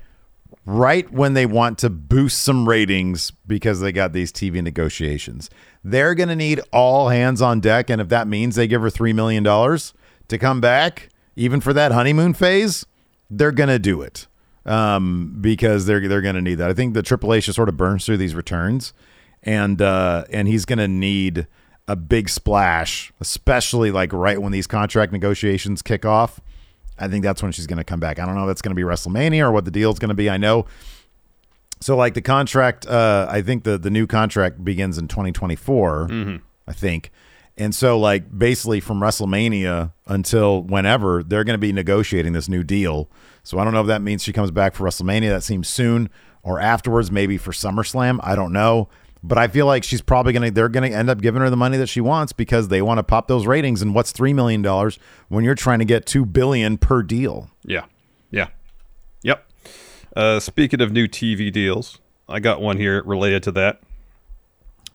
[SPEAKER 1] right when they want to boost some ratings because they got these TV negotiations. They're going to need all hands on deck, and if that means they give her three million dollars to come back, even for that honeymoon phase, they're going to do it um, because they're they're going to need that. I think the Triple H just sort of burns through these returns, and uh, and he's going to need a big splash, especially like right when these contract negotiations kick off. I think that's when she's going to come back. I don't know if that's going to be WrestleMania or what the deal's going to be. I know. So like the contract, uh, I think the the new contract begins in 2024. I think. And so, like, basically from WrestleMania until whenever, they're going to be negotiating this new deal. So, I don't know if that means she comes back for WrestleMania. That seems soon or afterwards, maybe for SummerSlam. I don't know. But I feel like she's probably going to, they're going to end up giving her the money that she wants because they want to pop those ratings. And what's $3 million when you're trying to get $2 billion per deal?
[SPEAKER 2] Yeah. Yeah. Yep. Uh, speaking of new TV deals, I got one here related to that.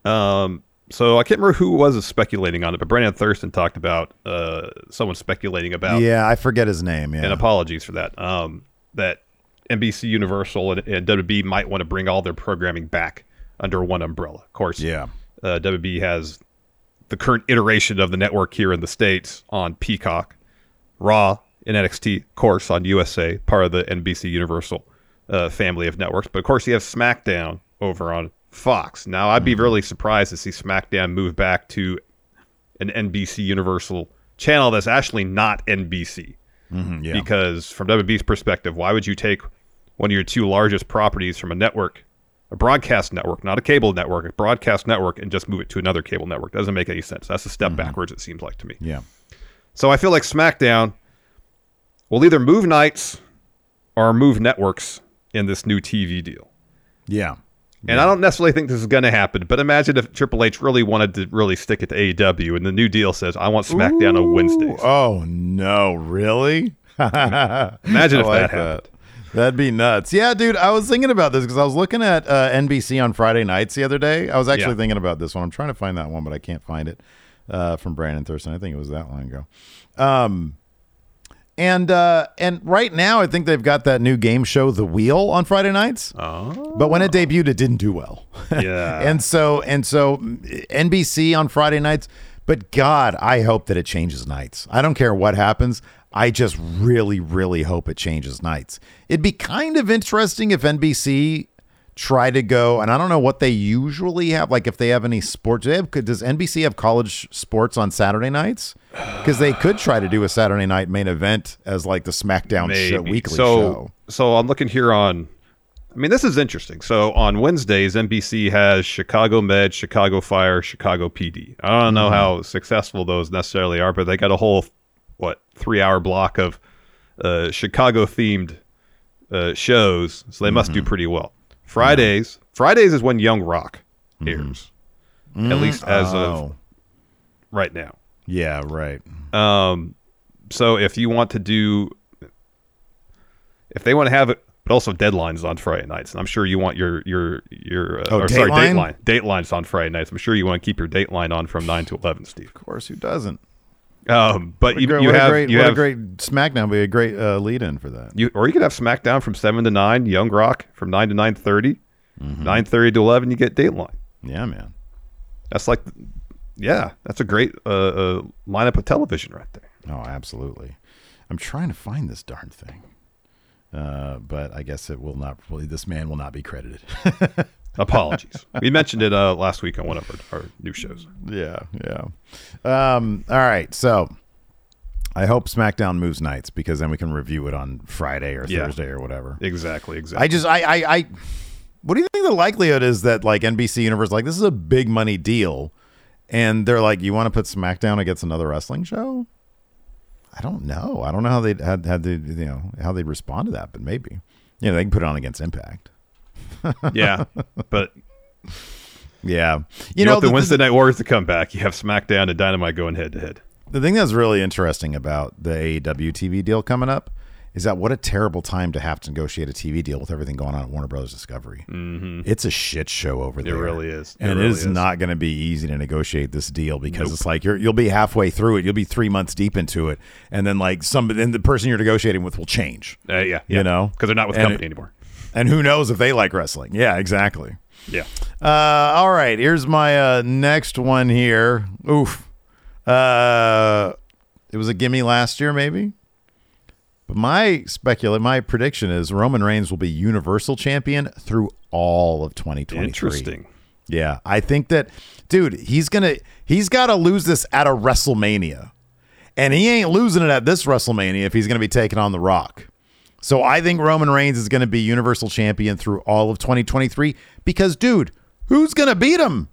[SPEAKER 2] Um, so I can't remember who was speculating on it, but Brandon Thurston talked about uh, someone speculating about
[SPEAKER 1] Yeah, I forget his name. Yeah.
[SPEAKER 2] and apologies for that. Um, that NBC Universal and, and WB might want to bring all their programming back under one umbrella. Of course,
[SPEAKER 1] Yeah.
[SPEAKER 2] uh, WB has the current iteration of the network here in the states on Peacock, Raw, and NXT, of course, on USA, part of the NBC Universal uh, family of networks. But of course, you have SmackDown over on Fox. Now, I'd
[SPEAKER 1] Mm-hmm.
[SPEAKER 2] be really surprised to see SmackDown move back to an NBC Universal channel that's actually not NBC.
[SPEAKER 1] Mhm, yeah.
[SPEAKER 2] Because from WB's perspective, why would you take one of your two largest properties from a network, a broadcast network, not a cable network, a broadcast network, and just move it to another cable network? Doesn't make any sense. That's a step backwards, it seems like to me.
[SPEAKER 1] Mm-hmm. yeah.
[SPEAKER 2] So I feel like SmackDown will either move nights or move networks in this new TV deal.
[SPEAKER 1] Yeah.
[SPEAKER 2] And I don't necessarily think this is going to happen, but imagine if Triple H really wanted to really stick it to AEW and the new deal says, I want SmackDown on Wednesdays.
[SPEAKER 1] Oh no, really?
[SPEAKER 2] Imagine
[SPEAKER 1] I
[SPEAKER 2] if
[SPEAKER 1] like
[SPEAKER 2] that happened.
[SPEAKER 1] That'd be nuts. Yeah, dude, I was thinking about this because I was looking at uh, NBC on Friday nights the other day. I was actually
[SPEAKER 2] Yeah.
[SPEAKER 1] thinking about this one. I'm trying to find that one, but I can't find it uh, from Brandon Thurston. I think it was that long ago. Um, and uh, and right now, I think they've got that new game show, The Wheel, on Friday nights.
[SPEAKER 2] Oh.
[SPEAKER 1] But when it debuted, it didn't do well.
[SPEAKER 2] Yeah.
[SPEAKER 1] and so and so NBC on Friday nights. But God, I hope that it changes nights. I don't care what happens. I just really, really hope it changes nights. It'd be kind of interesting if NBC tried to go, and I don't know what they usually have. Like if they have any sports, do they have, does NBC have college sports on Saturday nights? Because they could try to do a Saturday night main event as like the SmackDown show,
[SPEAKER 2] Maybe.
[SPEAKER 1] weekly
[SPEAKER 2] so,
[SPEAKER 1] show.
[SPEAKER 2] So I'm looking here on. I mean, this is interesting. So on Wednesdays, NBC has Chicago Med, Chicago Fire, Chicago PD. I don't
[SPEAKER 1] Mm-hmm.
[SPEAKER 2] know how successful those necessarily are, but they got a whole what three hour block of uh, Chicago themed uh, shows, so they must
[SPEAKER 1] Mm-hmm.
[SPEAKER 2] do pretty well. Fridays, Fridays is when Young Rock airs, at least as of
[SPEAKER 1] Mm-hmm. Oh.
[SPEAKER 2] right now.
[SPEAKER 1] Yeah, right.
[SPEAKER 2] Um, so if you want to do, if they want to have it, but also deadlines on Friday nights, and I'm sure you want your your your uh,
[SPEAKER 1] Oh,
[SPEAKER 2] or sorry
[SPEAKER 1] Dateline?
[SPEAKER 2] dateline datelines on Friday nights. I'm sure you want to keep your dateline on from nine to eleven, Steve.
[SPEAKER 1] Of course, who doesn't?
[SPEAKER 2] Um, but you,
[SPEAKER 1] What a great-
[SPEAKER 2] you
[SPEAKER 1] what
[SPEAKER 2] have
[SPEAKER 1] a great,
[SPEAKER 2] you
[SPEAKER 1] what
[SPEAKER 2] have
[SPEAKER 1] a great SmackDown would be a great uh, lead in for that.
[SPEAKER 2] you or you could have SmackDown from seven to nine, Young Rock from nine to nine nine thirty to eleven. You get Dateline.
[SPEAKER 1] Yeah, man.
[SPEAKER 2] That's like, yeah, that's a great uh, uh, lineup of television right there.
[SPEAKER 1] Oh, absolutely. I'm trying to find this darn thing, uh, but I guess it will not. Well, this man will not be credited.
[SPEAKER 2] Apologies, we mentioned it uh, last week on one of our, our new shows.
[SPEAKER 1] yeah, yeah. Um, all right, so I hope SmackDown moves nights because then we can review it on Friday or
[SPEAKER 2] Yeah.
[SPEAKER 1] Thursday or whatever.
[SPEAKER 2] Exactly, exactly.
[SPEAKER 1] I just I I, I what do you think the likelihood is that like NBC Universe like this is a big money deal and they're like you want to put SmackDown against another wrestling show? I don't know. I don't know how they had had they you know how they'd respond to that, but maybe you know they can put it on against Impact.
[SPEAKER 2] yeah, but you,
[SPEAKER 1] Yeah, you, know
[SPEAKER 2] know, want the,
[SPEAKER 1] the,
[SPEAKER 2] Wednesday Night Wars to come back. You have SmackDown and Dynamite going head to head.
[SPEAKER 1] the thing that's really interesting about the E AEW TV deal coming up is that what a terrible time to have to negotiate a TV deal with everything going on at Warner Brothers Discovery. Mm-hmm. It's a shit show over there.
[SPEAKER 2] really is. It
[SPEAKER 1] and
[SPEAKER 2] really
[SPEAKER 1] it is,
[SPEAKER 2] is.
[SPEAKER 1] not going to be easy to negotiate this deal because it's like you're you'll be halfway through it, you'll be three months deep into it, and then like some then the person you're negotiating with will change,
[SPEAKER 2] Uh, yeah,
[SPEAKER 1] You know?
[SPEAKER 2] because they're not with
[SPEAKER 1] And
[SPEAKER 2] company
[SPEAKER 1] it-
[SPEAKER 2] anymore.
[SPEAKER 1] and who knows if they like wrestling? Yeah, exactly.
[SPEAKER 2] Yeah,
[SPEAKER 1] Uh, all right, here's my uh, next one here. Oof. Uh, it was a gimme last year, maybe. But my speculate, my prediction is Roman Reigns will be Universal Champion through all of 2023.
[SPEAKER 2] interesting.
[SPEAKER 1] Yeah, I think that, dude, he's gonna he's got to lose this at a WrestleMania, and he ain't losing it at this WrestleMania if he's gonna be taking on The Rock. So I think Roman Reigns is gonna be Universal Champion through all of 2023 because, dude, who's gonna beat him?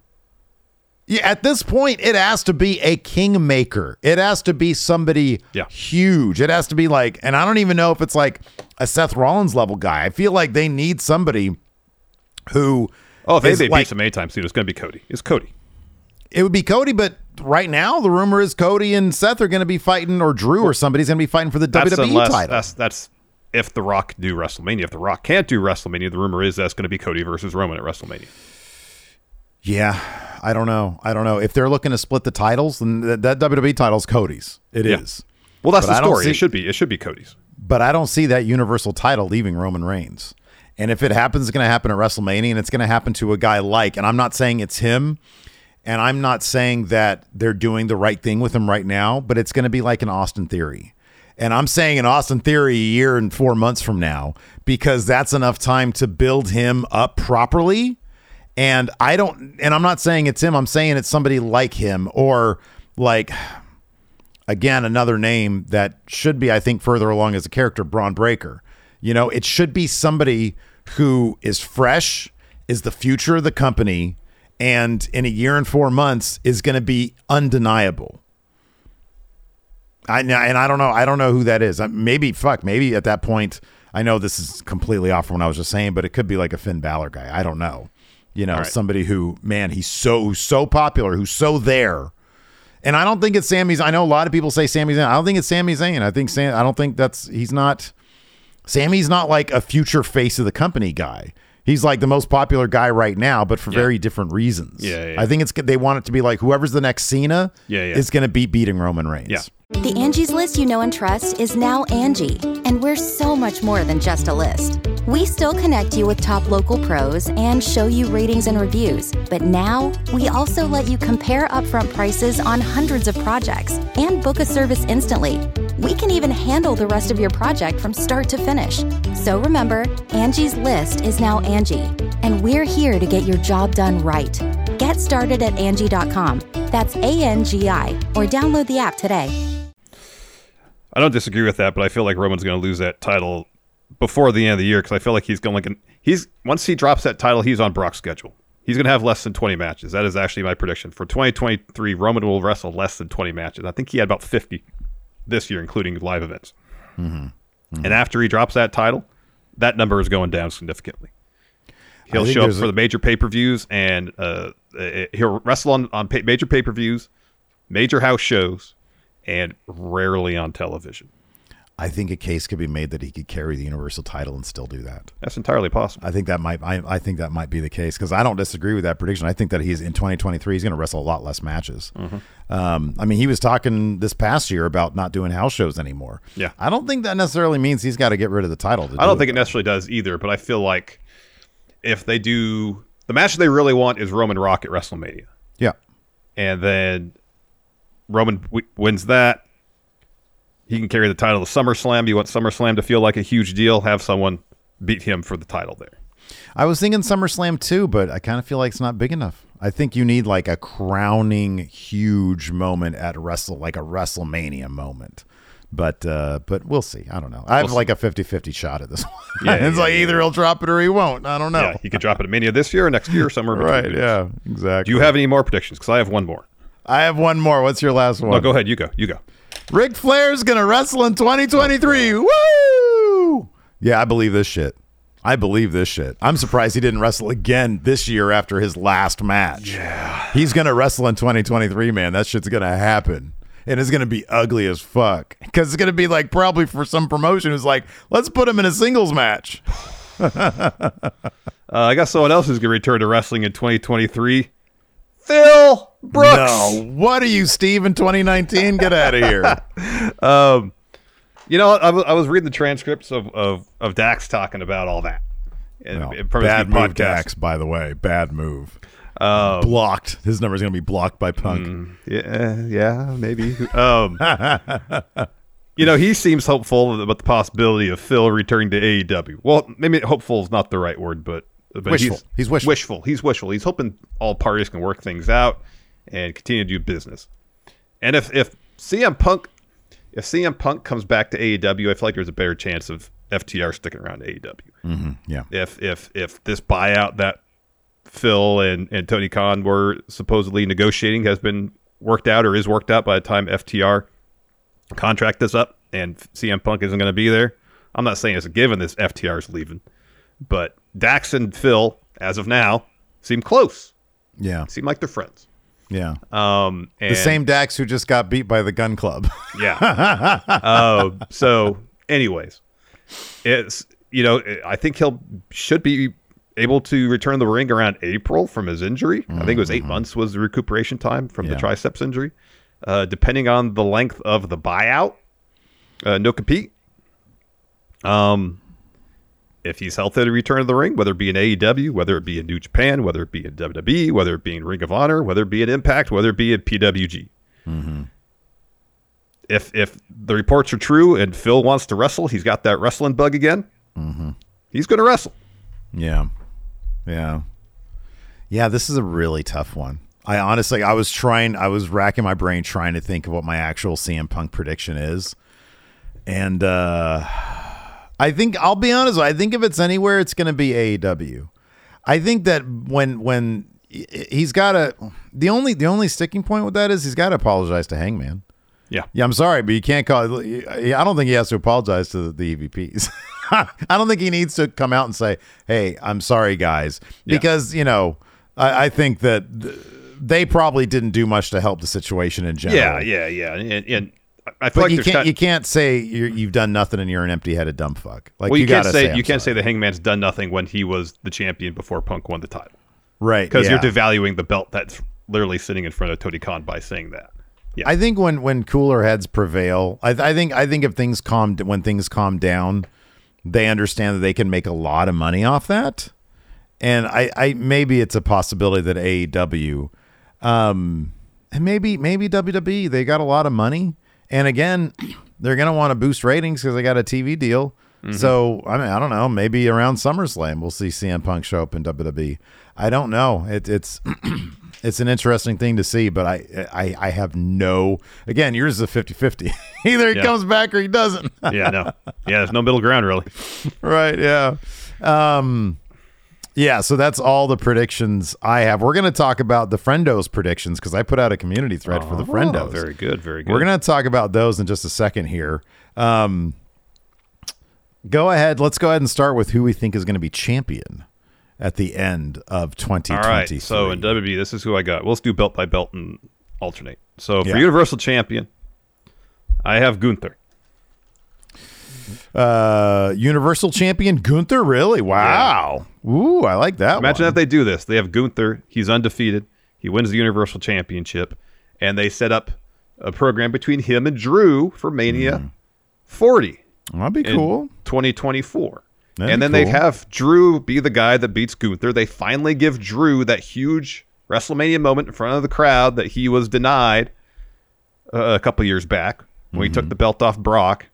[SPEAKER 1] Yeah, at this point, it has to be a kingmaker. It has to be somebody
[SPEAKER 2] Yeah.
[SPEAKER 1] huge. It has to be like, and I don't even know if it's like a Seth Rollins level guy. I feel like they need somebody who.
[SPEAKER 2] Oh, if
[SPEAKER 1] is
[SPEAKER 2] they
[SPEAKER 1] like-
[SPEAKER 2] beats them anytime soon, it's going to be Cody. It's Cody.
[SPEAKER 1] it would be Cody, but right now the rumor is Cody and Seth are going to be fighting, or Drew or somebody's going to be fighting for the
[SPEAKER 2] That's
[SPEAKER 1] WWE
[SPEAKER 2] unless
[SPEAKER 1] E title.
[SPEAKER 2] that's that's if The Rock do WrestleMania. If The Rock can't do WrestleMania, the rumor is that's going to be Cody versus Roman at WrestleMania.
[SPEAKER 1] yeah, I don't know. I don't know if they're looking to split the E titles, then that, that WWE title's Cody's. It is.
[SPEAKER 2] Well, that's
[SPEAKER 1] But
[SPEAKER 2] the
[SPEAKER 1] I don't
[SPEAKER 2] story.
[SPEAKER 1] see-
[SPEAKER 2] It should be. It should be Cody's.
[SPEAKER 1] But I don't see that Universal title leaving Roman Reigns. And if it happens, it's going to happen at WrestleMania and it's going to happen to a guy like, and I'm not saying it's him. And I'm not saying that they're doing the right thing with him right now, but it's going to be like an Austin Theory. And I'm saying an Austin Theory a year and four months from now, because that's enough time to build him up properly. And I don't, and I'm not saying it's him. I'm saying it's somebody like him or like, again, another name that should be, I think, further along as a character, Braun Breaker. You know, it should be somebody who is fresh, is the future of the company, and in a year and four months is going to be undeniable. I and I don't know. I don't know who that is. I- Maybe fuck. Maybe at that point, I know this is completely off from what I was just saying, but it could be like a Finn Balor guy. I don't know. You know,
[SPEAKER 2] All right.
[SPEAKER 1] somebody who, man, he's so who's so popular, who's so there. And I don't think it's Sammy's. I know a lot of people say Sammy's. I don't think it's Sami Zayn. I think Sam. I don't think that's. He's not. Sammy's not like a future face of the company guy. He's like the most popular guy right now, but for very different reasons.
[SPEAKER 2] Yeah, yeah, yeah.
[SPEAKER 1] I think it's they want it to be like whoever's the next Cena
[SPEAKER 2] Yeah, yeah.
[SPEAKER 1] is going to be beating Roman Reigns.
[SPEAKER 2] Yeah.
[SPEAKER 3] The Angie's list you know and trust is now Angie, and we're so much more than just a list. We still connect you with top local pros and show you ratings and reviews, but now we also let you compare upfront prices on hundreds of projects and book a service instantly. We can even handle the rest of your project from start to finish. So remember, Angie's list is now Angie, and we're here to get your job done right. Get started at Angie.com. That's A N G I, or download the app today.
[SPEAKER 2] I don't disagree with that, but I feel like Roman's going to lose that title before the end of the year because I feel like he's going like an, he's once he drops that title, he's on Brock's schedule. He's going to have less than 20 matches. That is actually my prediction for 2023. Roman will wrestle less than 20 matches. I think he had about 50 this year, including live events. And after he drops that title, that number is going down significantly. He'll
[SPEAKER 1] think
[SPEAKER 2] show up
[SPEAKER 1] there's
[SPEAKER 2] for
[SPEAKER 1] a-
[SPEAKER 2] the major pay per views and uh, uh, he'll wrestle on, on pa- major pay per views, major house shows, and rarely on television.
[SPEAKER 1] I think a case could be made that he could carry the universal title and still do that.
[SPEAKER 2] That's entirely possible.
[SPEAKER 1] I think that might I, I think that might be the case because I don't disagree with that prediction. I think that he's in 2023 he's going to wrestle a lot less matches.
[SPEAKER 2] Mm-hmm.
[SPEAKER 1] Um, I mean, he was talking this past year about not doing house shows anymore.
[SPEAKER 2] Yeah.
[SPEAKER 1] I don't think that necessarily means he's got to get rid of the title. to
[SPEAKER 2] I don't
[SPEAKER 1] do
[SPEAKER 2] think it necessarily does either, but I feel like if they do the match they really want is Roman Rock at WrestleMania,
[SPEAKER 1] Yeah,
[SPEAKER 2] and then Roman w- wins that, he can carry the title to SummerSlam. You want SummerSlam to feel like a huge deal? Have someone beat him for the title there.
[SPEAKER 1] I was thinking SummerSlam too, but I kind of feel like it's not big enough. I think you need like a crowning huge moment at Wrestle, like a WrestleMania moment. But uh, but we'll see. I don't know. I have like a 50-50 shot at this one.
[SPEAKER 2] Yeah,
[SPEAKER 1] it's
[SPEAKER 2] yeah,
[SPEAKER 1] like
[SPEAKER 2] yeah,
[SPEAKER 1] either
[SPEAKER 2] yeah.
[SPEAKER 1] he'll drop it or he won't. I don't know.
[SPEAKER 2] Yeah, he could drop it at Mania this year or next year, somewhere between
[SPEAKER 1] Oh. right.
[SPEAKER 2] the two.
[SPEAKER 1] Yeah. Exactly.
[SPEAKER 2] Do you have any more predictions? Because I have one more.
[SPEAKER 1] I have one more. What's your last one?
[SPEAKER 2] No, go ahead. You go. You go.
[SPEAKER 1] Ric Flair's gonna wrestle in 2023.
[SPEAKER 2] Oh,
[SPEAKER 1] Woo! Yeah, I believe this shit. I believe this shit. I'm surprised he didn't wrestle again this year after his last match. Yeah. He's gonna wrestle in 2023, man. That shit's gonna happen. And it's gonna be ugly as fuck. Cause it's gonna be like probably for some promotion who's like, let's put him in a singles match.
[SPEAKER 2] Uh, I got someone else who's going to return to wrestling in 2023. Phil Brooks.
[SPEAKER 1] No. What are you, Steve, in 2019? Get out of here.
[SPEAKER 2] You know, I was- I was reading the transcripts of, of, of Dax talking about all that. And
[SPEAKER 1] No,
[SPEAKER 2] it probably
[SPEAKER 1] bad
[SPEAKER 2] should be Um,
[SPEAKER 1] move,
[SPEAKER 2] podcast.
[SPEAKER 1] Dax. By the way, bad move. blocked. His number's gonna be blocked by Punk.
[SPEAKER 2] Mm. Yeah, yeah, maybe. Um, you know, he seems hopeful about the possibility of Phil returning to AEW. Well, maybe hopeful is not the right word, but, but
[SPEAKER 1] Wishful. He's wishful.
[SPEAKER 2] Wishful. He's wishful. He's hoping all parties can work things out and continue to do business. And if if CM Punk if CM Punk comes back to AEW, I feel like there's a better chance of FTR sticking around to AEW.
[SPEAKER 1] Mm-hmm. Yeah.
[SPEAKER 2] if if if this buyout that Phil and, and Tony Khan were supposedly negotiating has been worked out or is worked out by the time FTR contract is up and CM Punk isn't going to be there. I'm not saying it's a given this FTR is leaving, but Dax and Phil, as of now, seem close.
[SPEAKER 1] Yeah.
[SPEAKER 2] Seem like they're friends.
[SPEAKER 1] Yeah.
[SPEAKER 2] Um, and
[SPEAKER 1] the same Dax who just got beat by the gun club.
[SPEAKER 2] yeah. uh, so, anyways, it's you know I think he'll should be able to return the ring around April from his injury. I think it was eight months was the recuperation time from the
[SPEAKER 1] Yeah.
[SPEAKER 2] triceps injury. Uh, depending on the length of the buyout, uh, no compete. Um, if he's healthy to return to the ring, whether it be in AEW, whether it be in New Japan, whether it be in WWE, whether it be in Ring of Honor, whether it be in Impact, whether it be in PWG. If if the reports are true and Phil wants to wrestle, he's got that wrestling bug again.
[SPEAKER 1] Mm-hmm.
[SPEAKER 2] He's going to wrestle.
[SPEAKER 1] Yeah. Yeah. Yeah, this is a really tough one. I honestly I was trying I was racking my brain trying to think of what my actual CM Punk prediction is. And uh I think I'll be honest, I think if it's anywhere it's going to be AEW. I think that when when he- he's got to the only the only sticking point with that is he's got to apologize to Hangman.
[SPEAKER 2] Yeah.
[SPEAKER 1] Yeah, I'm sorry, but you can't call. I don't think he has to apologize to the EVPs. I don't think he needs to come out and say, "Hey, I'm sorry, guys," because you know, I, I think that th- they probably didn't do much to help the situation in general.
[SPEAKER 2] Yeah, yeah, yeah. And, and I
[SPEAKER 1] But
[SPEAKER 2] feel like
[SPEAKER 1] you
[SPEAKER 2] there's
[SPEAKER 1] can't
[SPEAKER 2] got-
[SPEAKER 1] you can't say you're, you've done nothing and you're an empty-headed dumb fuck. Like
[SPEAKER 2] well, you, can't
[SPEAKER 1] gotta
[SPEAKER 2] say,
[SPEAKER 1] say
[SPEAKER 2] you can't say the Hangman's done nothing when he was the champion before Punk won the title
[SPEAKER 1] right
[SPEAKER 2] because
[SPEAKER 1] yeah.
[SPEAKER 2] you're devaluing the belt that's literally sitting in front of Tony Khan by saying that. Yeah.
[SPEAKER 1] I think when when cooler heads prevail, I, I think I think if things calm when things calm down, they understand that they can make a lot of money off that, and I I maybe it's a possibility that AEW, um, and maybe maybe WWE they got a lot of money, and again, they're gonna want to boost ratings because they got a TV deal. So I mean I don't know maybe around SummerSlam we'll see CM Punk show up in WWE. I don't know it, it's it's an interesting thing to see, but I I, I have no again, yours is a 50-50. Either he
[SPEAKER 2] Yeah.
[SPEAKER 1] comes back or he doesn't.
[SPEAKER 2] yeah, no. Yeah, there's no middle ground really.
[SPEAKER 1] right, yeah. Um yeah, so that's all the predictions I have. We're going to talk about the Friendos predictions because I put out a community thread for the Friendos.
[SPEAKER 2] Oh, Very good, very good.
[SPEAKER 1] We're going to talk about those in just a second here. Um, go ahead. Let's go ahead and start with who we think is going to be champion at the end of 2023.
[SPEAKER 2] All right. So in WWE, this is who I got. We'll just do belt by belt and alternate. So for
[SPEAKER 1] Yeah.
[SPEAKER 2] Universal Champion, I have Gunther.
[SPEAKER 1] Uh, Universal Champion Gunther, really? Wow. Ooh, I like that.
[SPEAKER 2] Imagine
[SPEAKER 1] one.
[SPEAKER 2] if they do this. They have Gunther. He's undefeated. He wins the Universal Championship, and they set up a program between him and Drew for Mania
[SPEAKER 1] Mm.
[SPEAKER 2] 40.
[SPEAKER 1] That'd be
[SPEAKER 2] in
[SPEAKER 1] cool.
[SPEAKER 2] 2024.
[SPEAKER 1] That'd
[SPEAKER 2] and
[SPEAKER 1] be
[SPEAKER 2] then they'd
[SPEAKER 1] cool.
[SPEAKER 2] have Drew be the guy that beats Gunther. They finally give Drew that huge WrestleMania moment in front of the crowd that he was denied uh, a couple years back when
[SPEAKER 1] Mm-hmm.
[SPEAKER 2] he took the belt off Brock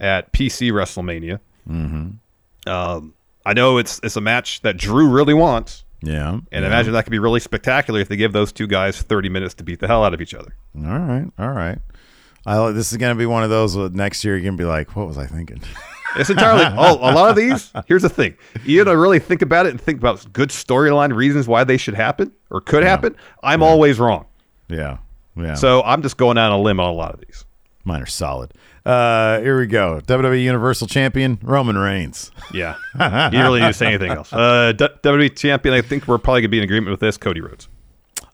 [SPEAKER 2] at PC WrestleMania. Mm-hmm. Um, I know it's it's a match that Drew really wants,
[SPEAKER 1] Yeah.
[SPEAKER 2] and
[SPEAKER 1] yeah.
[SPEAKER 2] imagine that could be really spectacular if they give those two guys 30 minutes to beat the hell out of each other.
[SPEAKER 1] All right. All right. I like this is gonna be one of those where next year. You're gonna be like, what was I thinking?
[SPEAKER 2] It's entirely all, a lot of these. Here's the thing: you gotta really think about it and think about good storyline reasons why they should happen or could happen. I'm always wrong,
[SPEAKER 1] yeah. Yeah.
[SPEAKER 2] so I'm just going out on a limb on a lot of these.
[SPEAKER 1] mine are solid. Uh, here we go. WWE Universal Champion Roman Reigns.
[SPEAKER 2] Yeah, you really need to say anything else. Uh, D- WWE champion, I think we're probably gonna be in agreement with this. Cody Rhodes.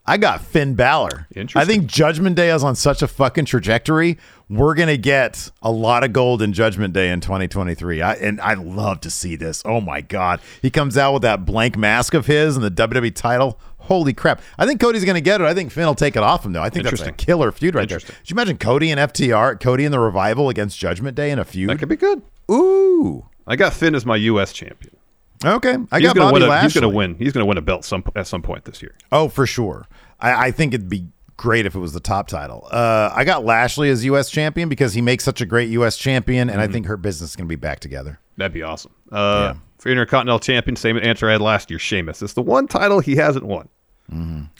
[SPEAKER 1] I got Finn Balor.
[SPEAKER 2] Interesting.
[SPEAKER 1] I think Judgment Day is on such a fucking trajectory. We're gonna get a lot of gold in Judgment Day in 2023. I and I love to see this. Oh my god, he comes out with that blank mask of his and the WWE title. Holy crap! I think Cody's gonna get it. I think Finn will take it off him though. I think that's a
[SPEAKER 2] Interesting.
[SPEAKER 1] killer feud right there. Could you imagine Cody and FTR, Cody and the Revival against Judgment Day in a feud?
[SPEAKER 2] That could be good.
[SPEAKER 1] Ooh.
[SPEAKER 2] I got Finn as my U.S. champion.
[SPEAKER 1] Okay, I
[SPEAKER 2] He's
[SPEAKER 1] got
[SPEAKER 2] gonna
[SPEAKER 1] Bobby
[SPEAKER 2] win. A,
[SPEAKER 1] Lashley.
[SPEAKER 2] he's gonna win. He's gonna win a belt some at some point this year.
[SPEAKER 1] Oh, for sure. I, I think it'd be great if it was the top title. Uh, I got Lashley as U.S. champion because he makes such a great U.S. champion, and I think her business is going to be back together.
[SPEAKER 2] That'd be awesome. Uh, For Intercontinental Champion, same answer I had last year. Sheamus. It's the one title he hasn't won.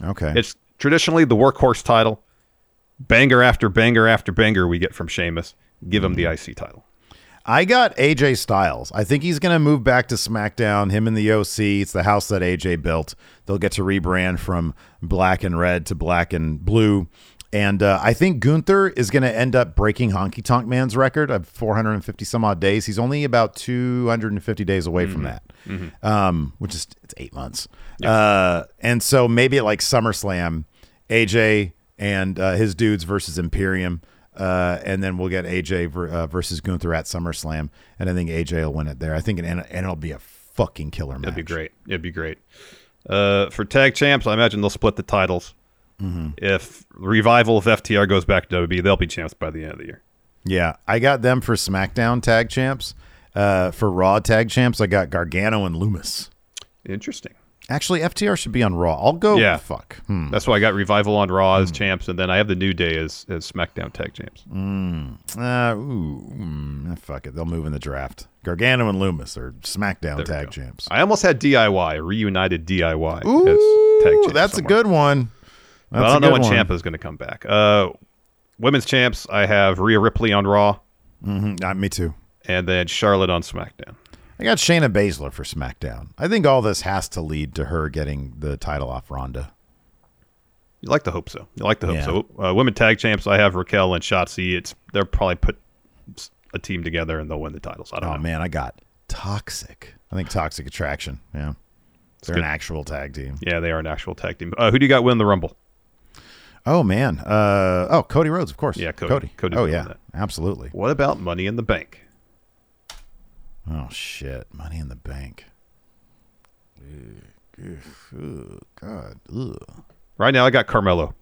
[SPEAKER 1] Okay.
[SPEAKER 2] It's traditionally the workhorse title. Banger after banger after banger we get from Sheamus. Give him the
[SPEAKER 1] Mm-hmm.
[SPEAKER 2] IC title.
[SPEAKER 1] I got AJ Styles. I think he's going to move back to SmackDown. Him and the OC. It's the house that AJ built. They'll get to rebrand from black and red to black and blue. And uh, I think Gunther is going to end up breaking Honky Tonk Man's record of 450 some odd days. He's only about 250 days away from that, um, which is it's eight months. Uh, and so maybe at like SummerSlam, AJ and uh, his dudes versus Imperium. Uh, and then we'll get AJ ver, uh, versus Gunther at SummerSlam, and I think AJ will win it there. I think, it, and, and it'll be a fucking killer match.
[SPEAKER 2] That'd be great. It'd be great. Uh, for tag champs, I imagine they'll split the titles.
[SPEAKER 1] Mm-hmm.
[SPEAKER 2] If revival of FTR goes back to WWE, they'll be champs by the end of the year.
[SPEAKER 1] Yeah, I got them for SmackDown Tag Champs, Uh, for Raw tag champs, I got Gargano and Loomis.
[SPEAKER 2] Interesting.
[SPEAKER 1] Actually, FTR should be on Raw. I'll go.
[SPEAKER 2] yeah.
[SPEAKER 1] Fuck. Hmm.
[SPEAKER 2] That's why I got Revival on Raw
[SPEAKER 1] Mm.
[SPEAKER 2] as champs, and then I have the New Day as, as SmackDown Tag champs.
[SPEAKER 1] Uh, ooh. mm, fuck it. They'll move in the draft. Gargano and Loomis are SmackDown
[SPEAKER 2] There we
[SPEAKER 1] tag
[SPEAKER 2] go.
[SPEAKER 1] champs.
[SPEAKER 2] I almost had DIY, reunited DIY
[SPEAKER 1] Ooh,
[SPEAKER 2] as tag champs.
[SPEAKER 1] that's a
[SPEAKER 2] somewhere.
[SPEAKER 1] good one.
[SPEAKER 2] But
[SPEAKER 1] That's
[SPEAKER 2] I
[SPEAKER 1] a
[SPEAKER 2] don't know
[SPEAKER 1] good
[SPEAKER 2] when
[SPEAKER 1] one.
[SPEAKER 2] Champa is going to come back. Uh, women's champs, I have Rhea Ripley on Raw,
[SPEAKER 1] Mhm, uh, me too.
[SPEAKER 2] and then Charlotte on SmackDown.
[SPEAKER 1] I got Shayna Baszler for SmackDown. I think all this has to lead to her getting the title off Ronda.
[SPEAKER 2] You like to hope so. You like to hope
[SPEAKER 1] Yeah.
[SPEAKER 2] so. Uh, women tag champs, I have Raquel and Shotzi. It's they'll probably put s- a team together and they'll win the titles. I don't
[SPEAKER 1] Oh
[SPEAKER 2] know.
[SPEAKER 1] man, I got Toxic. I think Toxic Attraction. Yeah, they're an
[SPEAKER 2] good.
[SPEAKER 1] actual tag team.
[SPEAKER 2] Yeah, they are an actual tag team. Uh, who do you got win the Rumble?
[SPEAKER 1] Oh man. Uh oh, Cody Rhodes, of course.
[SPEAKER 2] Yeah, Cody.
[SPEAKER 1] Cody.
[SPEAKER 2] Cody's
[SPEAKER 1] oh
[SPEAKER 2] gonna
[SPEAKER 1] yeah,
[SPEAKER 2] win
[SPEAKER 1] absolutely.
[SPEAKER 2] What about Money in the Bank?
[SPEAKER 1] Oh shit, Money in the Bank. Ugh, God. Ugh.
[SPEAKER 2] Right now, I got Carmelo.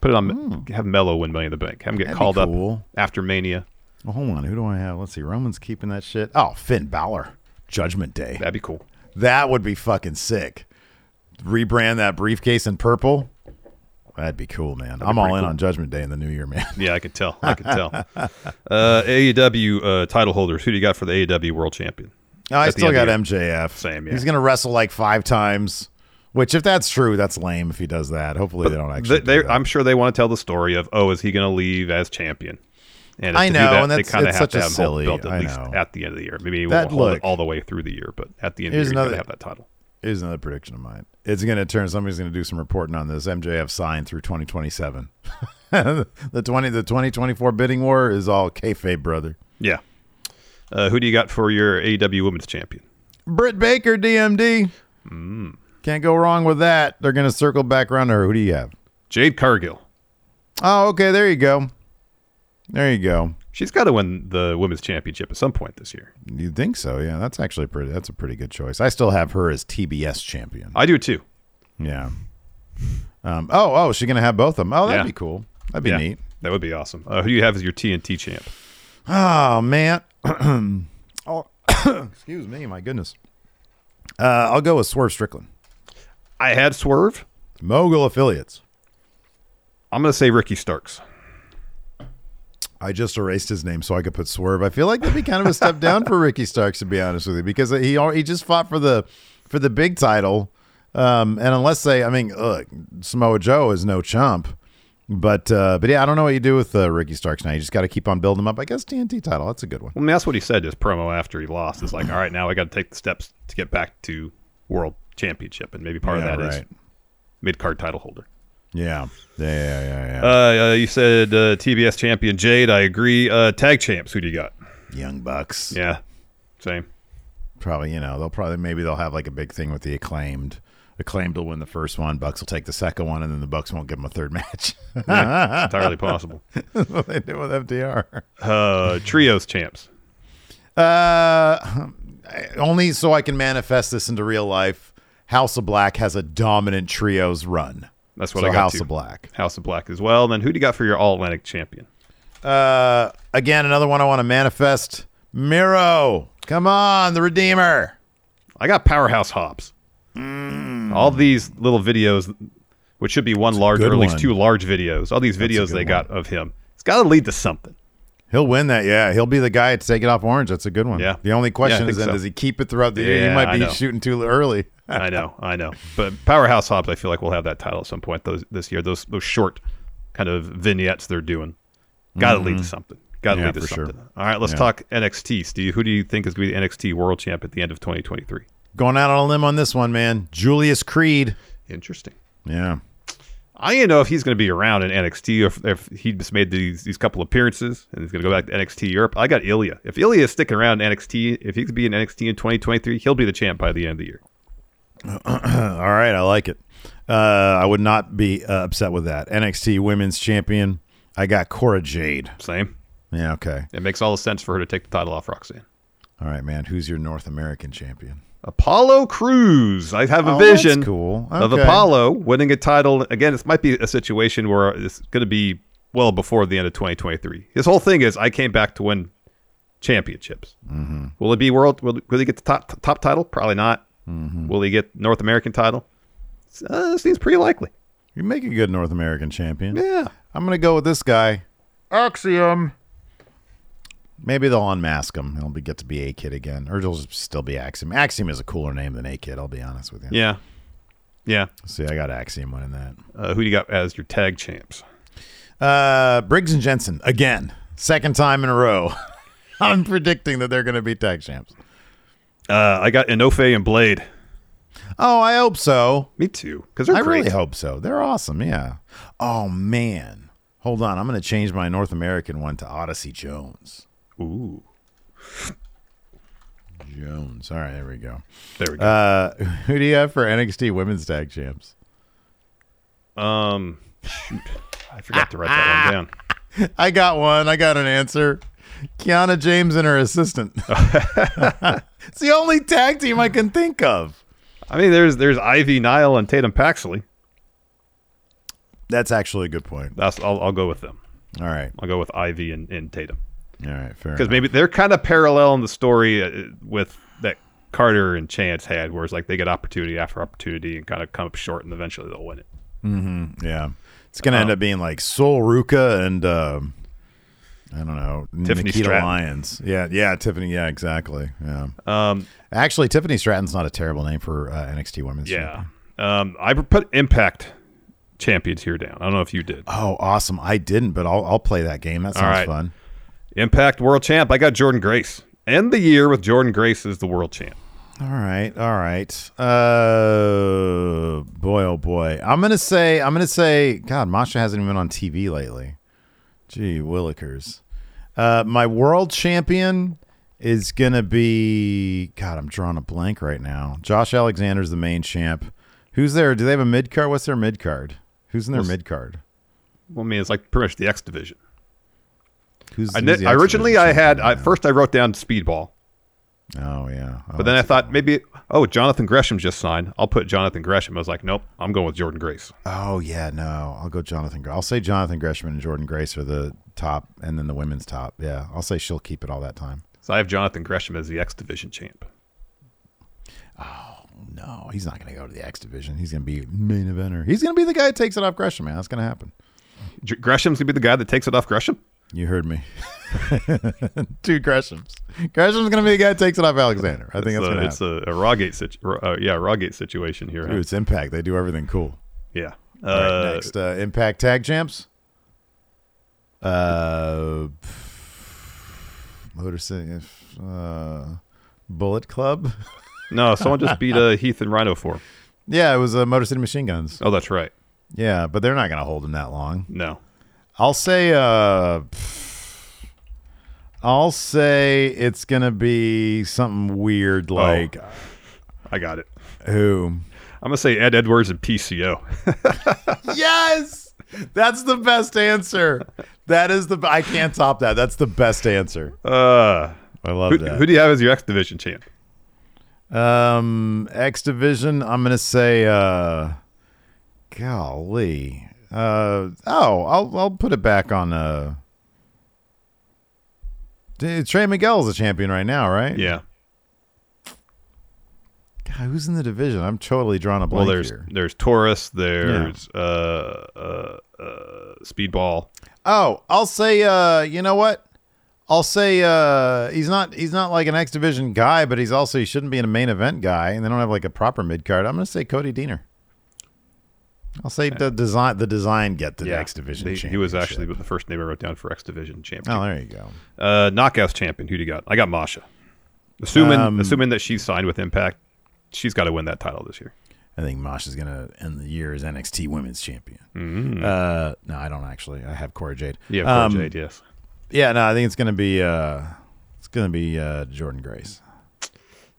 [SPEAKER 2] Put it on. Have Mello win Money in the Bank. Have him get
[SPEAKER 1] Hmm. That'd be
[SPEAKER 2] called
[SPEAKER 1] cool.
[SPEAKER 2] up after Mania.
[SPEAKER 1] Well, hold on. Who do I have? Let's see. Roman's keeping that shit. Oh, Finn Balor. Judgment Day.
[SPEAKER 2] That'd be cool.
[SPEAKER 1] That would be fucking sick. Rebrand that briefcase in purple. That'd be cool, man. I'm all
[SPEAKER 2] pretty
[SPEAKER 1] in
[SPEAKER 2] cool.
[SPEAKER 1] on Judgment Day in the new year, man.
[SPEAKER 2] Yeah, I could tell. I could tell. Uh, AEW uh, title holders. Who do you got for the AEW World Champion?
[SPEAKER 1] No, I
[SPEAKER 2] At the
[SPEAKER 1] still
[SPEAKER 2] end of
[SPEAKER 1] got
[SPEAKER 2] the-
[SPEAKER 1] MJF.
[SPEAKER 2] Same, yeah.
[SPEAKER 1] He's gonna wrestle like five times. Which, if that's true, that's lame. If he does that, hopefully they don't actually.
[SPEAKER 2] They,
[SPEAKER 1] do
[SPEAKER 2] they,
[SPEAKER 1] that.
[SPEAKER 2] I'm sure they want to tell the story of, oh, is he going to leave as champion? And
[SPEAKER 1] I
[SPEAKER 2] to do
[SPEAKER 1] know,
[SPEAKER 2] that,
[SPEAKER 1] and
[SPEAKER 2] they
[SPEAKER 1] that's-
[SPEAKER 2] kind of
[SPEAKER 1] it's
[SPEAKER 2] have
[SPEAKER 1] such
[SPEAKER 2] to
[SPEAKER 1] a
[SPEAKER 2] have him hold
[SPEAKER 1] silly-
[SPEAKER 2] the belt at
[SPEAKER 1] I
[SPEAKER 2] least
[SPEAKER 1] know.
[SPEAKER 2] at the end of the year. Maybe
[SPEAKER 1] That
[SPEAKER 2] we'll hold
[SPEAKER 1] look-
[SPEAKER 2] it all the way through the year, but at the end
[SPEAKER 1] Here's
[SPEAKER 2] of the year, you
[SPEAKER 1] another-
[SPEAKER 2] to have that title.
[SPEAKER 1] Here's another prediction of mine. It's going to turn. Somebody's going to do some reporting on this. MJF signed through 2027. the 20 the 2024 bidding war is all kayfabe, brother.
[SPEAKER 2] Yeah. Uh, who do you got for your AEW Women's Champion?
[SPEAKER 1] Britt Baker, DMD.
[SPEAKER 2] Hmm.
[SPEAKER 1] Can't go wrong with that. They're going to circle back around to her. Who do you have?
[SPEAKER 2] Jade Cargill.
[SPEAKER 1] Oh, okay. There you go. There you go.
[SPEAKER 2] She's got to win the Women's Championship at some point this year.
[SPEAKER 1] You think so? Yeah, that's actually pretty. That's a pretty good choice. I still have her as TBS champion.
[SPEAKER 2] I do too.
[SPEAKER 1] Yeah. Um. Oh, oh, she's going to have both of them. Oh, that'd
[SPEAKER 2] Yeah.
[SPEAKER 1] be cool. That'd be
[SPEAKER 2] Yeah,
[SPEAKER 1] neat.
[SPEAKER 2] That would be awesome. Uh, who do you have as your TNT champ?
[SPEAKER 1] Oh man. oh, excuse me. My goodness. Uh, I'll go with Swerve Strickland.
[SPEAKER 2] I had Swerve.
[SPEAKER 1] Mogul affiliates.
[SPEAKER 2] I'm going to say Ricky Starks.
[SPEAKER 1] I just erased his name so I could put Swerve. I feel like that'd be kind of a step down for Ricky Starks, to be honest with you, because he al- he just fought for the for the big title, um, and unless they, I mean, look, Samoa Joe is no chump, but uh, but yeah, I don't know what you do with uh, Ricky Starks now. You just got to keep on building him up. I guess TNT title, that's a good one.
[SPEAKER 2] Well, I mean, that's what he said in his promo after he lost. It's like, all right, now I got to take the steps to get back to world championship, and maybe part
[SPEAKER 1] Yeah,
[SPEAKER 2] of that is
[SPEAKER 1] right.
[SPEAKER 2] mid card title holder.
[SPEAKER 1] Yeah, yeah, yeah, yeah. yeah.
[SPEAKER 2] Uh, uh, you said uh, TBS champion Jade. I agree. Uh, tag champs. Who do you got?
[SPEAKER 1] Young Bucks.
[SPEAKER 2] Uh, Yeah, same.
[SPEAKER 1] probably you know they'll probably maybe they'll have like a big thing with the acclaimed acclaimed will win the first one bucks will take the second one and then the bucks won't give them a third match
[SPEAKER 2] Yeah, entirely possible.
[SPEAKER 1] That's what they did with fdr
[SPEAKER 2] Uh, trios champs.
[SPEAKER 1] uh only so i can manifest this into real life house of black has a dominant trios run
[SPEAKER 2] That's what
[SPEAKER 1] So
[SPEAKER 2] I got.
[SPEAKER 1] house
[SPEAKER 2] too.
[SPEAKER 1] of black
[SPEAKER 2] House of Black as well. And then who do you got for your All Atlantic champion?
[SPEAKER 1] uh again another one i want to manifest miro come on the redeemer
[SPEAKER 2] I got Powerhouse Hobbs. All these little videos, which should be one large,
[SPEAKER 1] Mm. good
[SPEAKER 2] or at least
[SPEAKER 1] one.
[SPEAKER 2] two large videos. All these videos
[SPEAKER 1] good
[SPEAKER 2] they got of him. It's got to lead to something.
[SPEAKER 1] He'll win that, yeah. He'll be the guy to take it off orange. That's a good one.
[SPEAKER 2] Yeah.
[SPEAKER 1] The only
[SPEAKER 2] Yeah, I
[SPEAKER 1] question
[SPEAKER 2] think
[SPEAKER 1] is then
[SPEAKER 2] so.
[SPEAKER 1] does he keep it throughout the year? He
[SPEAKER 2] Yeah,
[SPEAKER 1] might
[SPEAKER 2] I
[SPEAKER 1] be
[SPEAKER 2] know.
[SPEAKER 1] shooting too early.
[SPEAKER 2] I know, I know. But Powerhouse Hobbs, I feel like will have that title at some point those, this year. Those those short kind of vignettes they're doing. Got to lead to something. Got
[SPEAKER 1] Mm-hmm.
[SPEAKER 2] to
[SPEAKER 1] Yeah,
[SPEAKER 2] lead to
[SPEAKER 1] for sure.
[SPEAKER 2] something. All right, let's
[SPEAKER 1] Yeah.
[SPEAKER 2] talk NXT. Steve, who do you think is going to be the NXT World Champ at the end of 2023?
[SPEAKER 1] Going out on a limb on this one, man. Julius Creed.
[SPEAKER 2] Interesting.
[SPEAKER 1] Yeah.
[SPEAKER 2] I don't know if he's going to be around in NXT or if, if he just made these these couple appearances and he's going to go back to NXT Europe. I got Ilya. If Ilya is sticking around in NXT, if he could be in NXT in 2023, he'll be the champ by the end of the year.
[SPEAKER 1] All right. I like it. Uh, I would not be uh, upset with that. NXT Women's Champion. I got Cora Jade.
[SPEAKER 2] Same.
[SPEAKER 1] Yeah. Okay.
[SPEAKER 2] It makes all the sense for her to take the title off Roxanne.
[SPEAKER 1] All right, man. Who's your North American champion?
[SPEAKER 2] Apollo Cruz. I have a
[SPEAKER 1] Oh, that's
[SPEAKER 2] vision
[SPEAKER 1] cool.
[SPEAKER 2] of
[SPEAKER 1] Okay.
[SPEAKER 2] Apollo winning a title. Again, this might be a situation where it's going to be well before the end of 2023. His whole thing is I came back to win championships.
[SPEAKER 1] Mm-hmm.
[SPEAKER 2] Will it be world? Will, will he get the top top title? Probably not.
[SPEAKER 1] Mm-hmm.
[SPEAKER 2] Will he get North American title? Uh, seems pretty likely.
[SPEAKER 1] You make a good North American champion.
[SPEAKER 2] Yeah.
[SPEAKER 1] I'm gonna go with this guy. Axiom. Maybe they'll unmask him. He'll be, get to be A Kid again, or he'll just still be Axiom. Axiom is a cooler name than A Kid. I'll be honest with you.
[SPEAKER 2] Yeah. Yeah.
[SPEAKER 1] See, I got Axiom winning that.
[SPEAKER 2] Uh, who do you got as your tag champs?
[SPEAKER 1] Uh, Briggs and Jensen again, second time in a row. I'm predicting that they're going to be tag champs.
[SPEAKER 2] Uh, I got Inofe and Blade.
[SPEAKER 1] Oh, I hope so.
[SPEAKER 2] Me too. Because they're
[SPEAKER 1] I
[SPEAKER 2] great.
[SPEAKER 1] really hope so. They're awesome. Yeah. Oh man, hold on. I'm going to change my North American one to Odyssey Jones.
[SPEAKER 2] Ooh.
[SPEAKER 1] Jones. All right, there we go.
[SPEAKER 2] There we go.
[SPEAKER 1] Uh, who do you have for NXT Women's Tag Champs?
[SPEAKER 2] um, shoot. I forgot to write
[SPEAKER 1] ah,
[SPEAKER 2] that one down.
[SPEAKER 1] I got one. I got an answer. Kiana James and her assistant. it's the only tag team I can think of.
[SPEAKER 2] I mean, there's there's Ivy, Nile, and Tatum Paxley.
[SPEAKER 1] That's actually a good point.
[SPEAKER 2] That's I'll, I'll go with them.
[SPEAKER 1] All right.
[SPEAKER 2] I'll go with Ivy and, and Tatum
[SPEAKER 1] All right. Fair. Because
[SPEAKER 2] because maybe they're kind of parallel in the story uh, with that Carter and Chance had, where it's like they get opportunity after opportunity and kind of come up short, and eventually they'll win it.
[SPEAKER 1] yeah, it's gonna
[SPEAKER 2] Oh.
[SPEAKER 1] end up being like Sol Ruka and um I don't know
[SPEAKER 2] Tiffany
[SPEAKER 1] Nikita
[SPEAKER 2] Stratton.
[SPEAKER 1] Lyons. Yeah. Yeah. Tiffany. Yeah. Exactly. Yeah.
[SPEAKER 2] Um,
[SPEAKER 1] Actually, Tiffany Stratton's not a terrible name for uh, NXT Women's.
[SPEAKER 2] Yeah.
[SPEAKER 1] Champion.
[SPEAKER 2] Um, I put Impact champions here down. I don't know if you did.
[SPEAKER 1] Oh, awesome! I didn't, but I'll I'll play that game. That sounds
[SPEAKER 2] right.
[SPEAKER 1] fun.
[SPEAKER 2] Impact world champ. I got Jordan Grace. End the year with Jordan Grace as the world champ.
[SPEAKER 1] All right, all right. Uh, boy, oh boy. I'm gonna say, I'm gonna say. God, Masha hasn't even been on TV lately. Gee, Willikers. Uh, my world champion is gonna be. God, I'm drawing a blank right now. Josh Alexander's the main champ. Who's there? Do they have a mid card? What's their mid card? Who's in their mid card?
[SPEAKER 2] Well, I mean, it's like pretty much the X division.
[SPEAKER 1] Who's,
[SPEAKER 2] I
[SPEAKER 1] who's
[SPEAKER 2] kn-
[SPEAKER 1] the X
[SPEAKER 2] originally,
[SPEAKER 1] Division
[SPEAKER 2] I had
[SPEAKER 1] champion
[SPEAKER 2] I, first I wrote down Speedball,
[SPEAKER 1] now? Oh yeah. Oh,
[SPEAKER 2] but then I
[SPEAKER 1] that's-
[SPEAKER 2] thought maybe oh Jonathan Gresham just signed. I'll put Jonathan Gresham. I was like, nope, I'm going with Jordan Grace.
[SPEAKER 1] Oh yeah, no. I'll go Jonathan. Gre- I'll say Jonathan Gresham and Jordan Grace are the top, and then the women's top. Yeah, I'll say she'll keep it all that time.
[SPEAKER 2] So I have Jonathan Gresham as the X division champ.
[SPEAKER 1] No, he's not going to go to the X division. He's going to be main eventer. He's going to be the guy that takes it off Gresham. Man, that's going to happen.
[SPEAKER 2] J- Gresham's gonna be the guy that takes it off Gresham.
[SPEAKER 1] You heard me, dude. Gresham's Gresham's going to be the guy that takes it off Alexander. I think that's
[SPEAKER 2] So
[SPEAKER 1] going to
[SPEAKER 2] it's
[SPEAKER 1] happen.
[SPEAKER 2] a, a Rawgate situ- uh, yeah Rawgate situation here. huh?
[SPEAKER 1] Dude, it's Impact. They do everything cool.
[SPEAKER 2] Yeah.
[SPEAKER 1] All right,
[SPEAKER 2] Uh,
[SPEAKER 1] next, uh, Impact Tag Champs. Uh, pff, Motor City, uh, Bullet Club.
[SPEAKER 2] No, someone just beat uh, Heath and Rhino for. him.
[SPEAKER 1] Yeah, it was uh, Motor City Machine Guns.
[SPEAKER 2] Oh, that's right.
[SPEAKER 1] Yeah, but they're not going to hold him that long.
[SPEAKER 2] No.
[SPEAKER 1] I'll say, uh, pff, I'll say it's going to be something weird
[SPEAKER 2] Oh,
[SPEAKER 1] like
[SPEAKER 2] I got it.
[SPEAKER 1] who?
[SPEAKER 2] I'm gonna say Ed Edwards and PCO.
[SPEAKER 1] yes, that's the best answer. That is the I can't top that. That's the best answer.
[SPEAKER 2] Uh,
[SPEAKER 1] I love
[SPEAKER 2] who,
[SPEAKER 1] that.
[SPEAKER 2] who do you have as your X Division champ?
[SPEAKER 1] Um, X Division. I'm gonna say, uh, golly. Uh, oh, I'll I'll put it back on. Uh, D- Trey Miguel's a champion right now, right?
[SPEAKER 2] Yeah.
[SPEAKER 1] God, who's in the division? I'm totally drawing a
[SPEAKER 2] Well,
[SPEAKER 1] blank
[SPEAKER 2] there's
[SPEAKER 1] here.
[SPEAKER 2] there's Taurus, there's uh, uh, uh, Speedball.
[SPEAKER 1] Oh, I'll say. Uh, you know what? I'll say uh, he's not he's not like an X Division guy, but he's also he shouldn't be in a main event guy, and they don't have like a proper mid card. I'm gonna say Cody Deaner. I'll say the design the design get the X Division.
[SPEAKER 2] He, he was actually
[SPEAKER 1] championship.
[SPEAKER 2] the first name I wrote down for X Division champion.
[SPEAKER 1] Oh, there you go.
[SPEAKER 2] Uh, knockouts champion. Who do you got? I got Masha. Assuming
[SPEAKER 1] Um,
[SPEAKER 2] assuming that she's signed with Impact, she's got to win that title this year.
[SPEAKER 1] I think Mosh is gonna end the year as NXT Women's Champion.
[SPEAKER 2] Mm.
[SPEAKER 1] Uh, no, I don't actually. I have Cora Jade.
[SPEAKER 2] Yeah, of course,
[SPEAKER 1] Um,
[SPEAKER 2] Jade. Yes.
[SPEAKER 1] Yeah, no, I think it's gonna be uh, it's gonna be uh, Jordan Grace.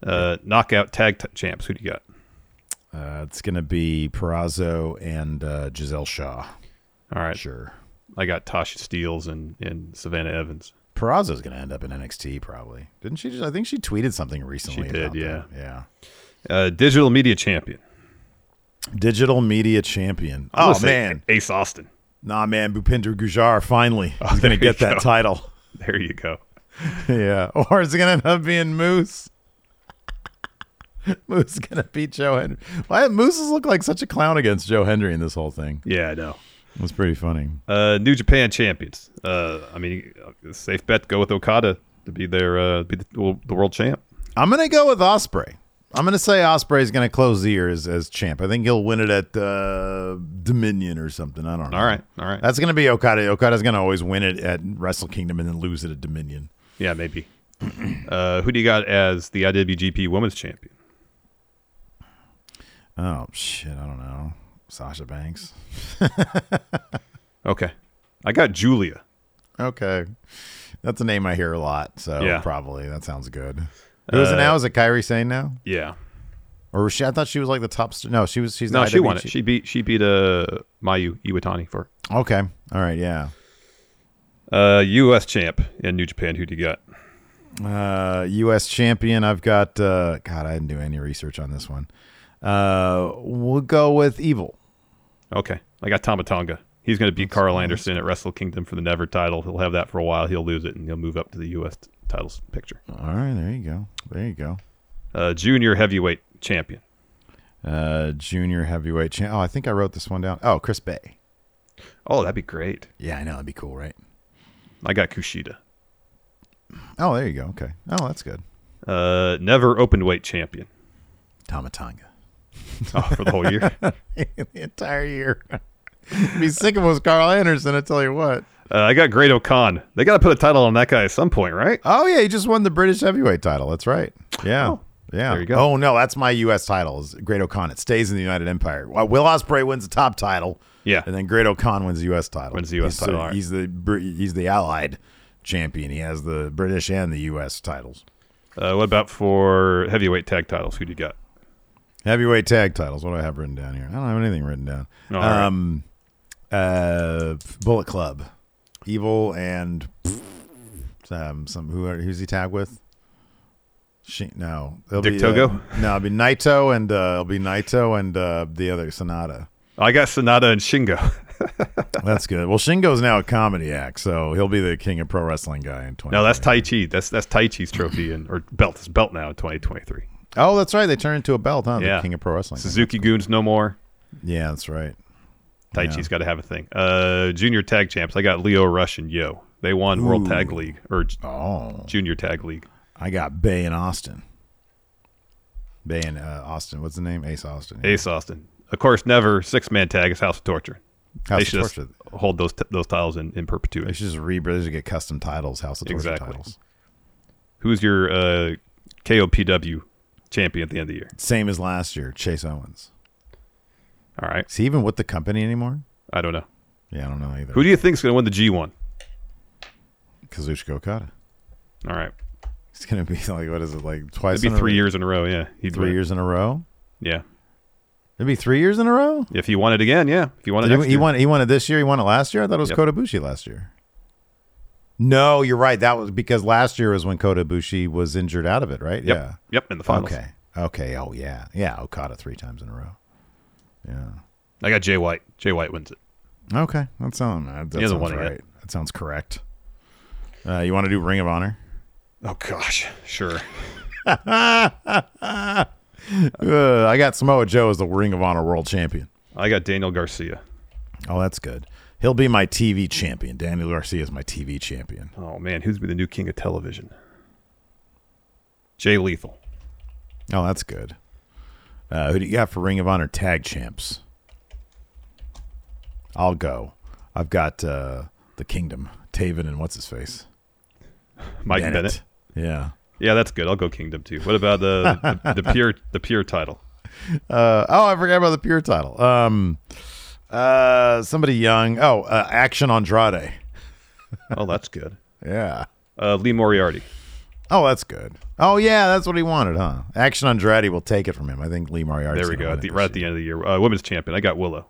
[SPEAKER 2] Uh, knockout tag t- champs. Who do you got?
[SPEAKER 1] Uh, it's gonna be Perazzo and uh, Giselle Shaw.
[SPEAKER 2] All right.
[SPEAKER 1] Sure.
[SPEAKER 2] I got Tasha Steeles and, and Savannah Evans.
[SPEAKER 1] Perazzo's going to end up in NXT probably. Didn't she just I think she tweeted something recently
[SPEAKER 2] She did,
[SPEAKER 1] about
[SPEAKER 2] yeah.
[SPEAKER 1] that. Yeah.
[SPEAKER 2] Uh, digital media champion.
[SPEAKER 1] Digital media champion.
[SPEAKER 2] I'm gonna
[SPEAKER 1] oh
[SPEAKER 2] say
[SPEAKER 1] man.
[SPEAKER 2] Ace Austin.
[SPEAKER 1] Nah man, Bupinder Gujar finally. He's
[SPEAKER 2] Oh, there
[SPEAKER 1] going to get
[SPEAKER 2] you
[SPEAKER 1] that
[SPEAKER 2] go.
[SPEAKER 1] title.
[SPEAKER 2] There you go.
[SPEAKER 1] yeah. Or is it gonna end up being Moose? Moose is gonna beat Joe Henry. Why Moose has looked like such a clown against Joe Henry in this whole thing?
[SPEAKER 2] Yeah, I know.
[SPEAKER 1] It was pretty funny.
[SPEAKER 2] Uh, New Japan champions. Uh, I mean, safe bet go with Okada to be their uh, be the, the world champ.
[SPEAKER 1] I'm gonna go with Osprey. I'm gonna say Osprey's gonna close the year as, as champ. I think he'll win it at uh, Dominion or something. I don't know.
[SPEAKER 2] All right, all right.
[SPEAKER 1] That's gonna be Okada. Okada's gonna always win it at Wrestle Kingdom and then lose it at Dominion.
[SPEAKER 2] Yeah, maybe. uh, who do you got as the IWGP Women's Champion?
[SPEAKER 1] Oh shit, I don't know. Sasha Banks.
[SPEAKER 2] Okay, I got Julia.
[SPEAKER 1] Okay. That's a name I hear a lot, so
[SPEAKER 2] Yeah. Uh,
[SPEAKER 1] probably that sounds good. Who is it now? Is it Kyrie Sane now?
[SPEAKER 2] Yeah,
[SPEAKER 1] Or was she? I thought she was like the top. St- no, she was. She's
[SPEAKER 2] no,
[SPEAKER 1] not
[SPEAKER 2] she won it.
[SPEAKER 1] IWG.
[SPEAKER 2] She beat she beat uh Mayu Iwatani for it.
[SPEAKER 1] okay. All right. Yeah.
[SPEAKER 2] uh U.S. champ in New Japan. Who do you got?
[SPEAKER 1] Uh, U.S. champion. I've got. Uh, God, I didn't do any research on this one. Uh, we'll go with Evil.
[SPEAKER 2] Okay, I got Tomatonga. He's going to beat Carl Anderson at Wrestle Kingdom for the Never title. He'll have that for a while. He'll lose it and he'll move up to the U.S. titles picture.
[SPEAKER 1] All right. There you go. There you go.
[SPEAKER 2] Uh, junior heavyweight champion.
[SPEAKER 1] Uh, junior heavyweight champ. Oh, I think I wrote this one down. Oh, Chris Bay.
[SPEAKER 2] Oh, that'd be great.
[SPEAKER 1] Yeah, I know. That'd be cool, right?
[SPEAKER 2] I got Kushida.
[SPEAKER 1] Oh, there you go. Okay. Oh, that's good.
[SPEAKER 2] Uh, never open weight champion.
[SPEAKER 1] Tamatanga.
[SPEAKER 2] Oh, for the whole year. uh,
[SPEAKER 1] the entire year. be sick of it was Carl Anderson. I tell you what.
[SPEAKER 2] Uh, I got Great O'Con. They got to put a title on that guy at some point, right?
[SPEAKER 1] Oh yeah, he just won the British heavyweight title. That's right. Yeah. Yeah.
[SPEAKER 2] There you go.
[SPEAKER 1] Oh no, that's my U.S. title. Is Great O'Con. It stays in the United Empire. Well, Will Ospreay wins the top title.
[SPEAKER 2] Yeah.
[SPEAKER 1] and then Great O'Con wins the U.S. title.
[SPEAKER 2] Wins the US
[SPEAKER 1] he's
[SPEAKER 2] title, all right.
[SPEAKER 1] He's the Br- he's the Allied champion. He has the British and the U.S. titles.
[SPEAKER 2] Uh, what about for heavyweight tag titles? Who do you got?
[SPEAKER 1] Heavyweight tag titles. What do I have written down here? I don't have anything written down.
[SPEAKER 2] All right.
[SPEAKER 1] um, uh, Bullet Club, Evil, and um, some who are, who's he tagged with? She no, it'll
[SPEAKER 2] Dick
[SPEAKER 1] be,
[SPEAKER 2] Togo?
[SPEAKER 1] Uh, no, it'll be Naito and uh, it'll be Naito and uh, the other Sonata.
[SPEAKER 2] I got Sonata and Shingo.
[SPEAKER 1] That's good. Well, Shingo's now a comedy act, so he'll be the king of pro wrestling guy in twenty.
[SPEAKER 2] no, that's Tai Chi. That's that's Tai Chi's trophy and or belt. It's belt now in 2023.
[SPEAKER 1] oh, that's right. They turned into a belt, huh?
[SPEAKER 2] Yeah.
[SPEAKER 1] Oh, The king of pro wrestling.
[SPEAKER 2] Suzuki Goons no more.
[SPEAKER 1] Yeah, that's right.
[SPEAKER 2] Tai Chi's got to have a thing. Uh, junior tag champs. I got Leo Rush and Yo. They won World Tag League or j-
[SPEAKER 1] Oh,
[SPEAKER 2] Junior Tag League.
[SPEAKER 1] I got Bay and Austin. Bay and uh, Austin. What's the name? Ace Austin. yeah.
[SPEAKER 2] Ace Austin. Of course, never six man tag is House of Torture.
[SPEAKER 1] House
[SPEAKER 2] they
[SPEAKER 1] of
[SPEAKER 2] should just
[SPEAKER 1] Torture.
[SPEAKER 2] hold those t- those titles in, in
[SPEAKER 1] They
[SPEAKER 2] perpetuity.
[SPEAKER 1] should just rebrand. They should get custom titles, House of Torture
[SPEAKER 2] Exactly.
[SPEAKER 1] titles.
[SPEAKER 2] Who's your uh, KOPW champion at the end of the year?
[SPEAKER 1] Same as last year, Chase Owens.
[SPEAKER 2] All right.
[SPEAKER 1] Is he even with the company anymore?
[SPEAKER 2] I don't know.
[SPEAKER 1] Yeah, I don't know either.
[SPEAKER 2] Who do you think's going to win the G1?
[SPEAKER 1] Kazuchika Okada.
[SPEAKER 2] All right.
[SPEAKER 1] It's gonna be like what is it like twice?
[SPEAKER 2] It'd be
[SPEAKER 1] in a
[SPEAKER 2] three
[SPEAKER 1] row-
[SPEAKER 2] years in a row. Yeah. He'd
[SPEAKER 1] Three
[SPEAKER 2] win.
[SPEAKER 1] years in a row.
[SPEAKER 2] Yeah.
[SPEAKER 1] It'd be three years in a row.
[SPEAKER 2] If he won it again, yeah. If he won it
[SPEAKER 1] Did
[SPEAKER 2] next
[SPEAKER 1] he, he
[SPEAKER 2] year.
[SPEAKER 1] won. He won it this year. He won it last year. I thought it was
[SPEAKER 2] Yep.
[SPEAKER 1] Kota Ibushi last year. No, you're right. That was because last year was when Kota Ibushi was injured out of it, right?
[SPEAKER 2] Yep.
[SPEAKER 1] Yeah.
[SPEAKER 2] Yep. In the finals.
[SPEAKER 1] Okay. Okay. Oh yeah. Yeah. Okada three times in a row. Yeah.
[SPEAKER 2] I got Jay White. Jay White wins it.
[SPEAKER 1] Okay. That sounds. That, that
[SPEAKER 2] He hasn't
[SPEAKER 1] sounds
[SPEAKER 2] won it yet.
[SPEAKER 1] right. That sounds correct. Uh, you want to do Ring of Honor?
[SPEAKER 2] Oh gosh. Sure.
[SPEAKER 1] Uh, I got Samoa Joe as the Ring of Honor World Champion.
[SPEAKER 2] I got Daniel Garcia.
[SPEAKER 1] Oh, that's good. He'll be my TV champion. Daniel Garcia is my TV champion.
[SPEAKER 2] Oh man, who's be the new king of television? Jay Lethal.
[SPEAKER 1] Oh, that's good. Uh, who do you got for Ring of Honor tag champs? I'll go. I've got uh, the Kingdom, Taven, and what's his face?
[SPEAKER 2] Mike Bennett.
[SPEAKER 1] Yeah.
[SPEAKER 2] Yeah, that's good. I'll go Kingdom too. What about the the, the pure the pure title?
[SPEAKER 1] Uh, oh, I forgot about the pure title. Um, uh, somebody young. Oh, uh, Action Andrade.
[SPEAKER 2] Oh, that's good.
[SPEAKER 1] Yeah.
[SPEAKER 2] Uh, Lee Moriarty.
[SPEAKER 1] Oh, that's good. Oh yeah, that's what he wanted, huh? Action Andrade will take it from him. I think Lee Moriarty.
[SPEAKER 2] There we go. At the, right at the end of the year, uh, women's champion. I got Willow.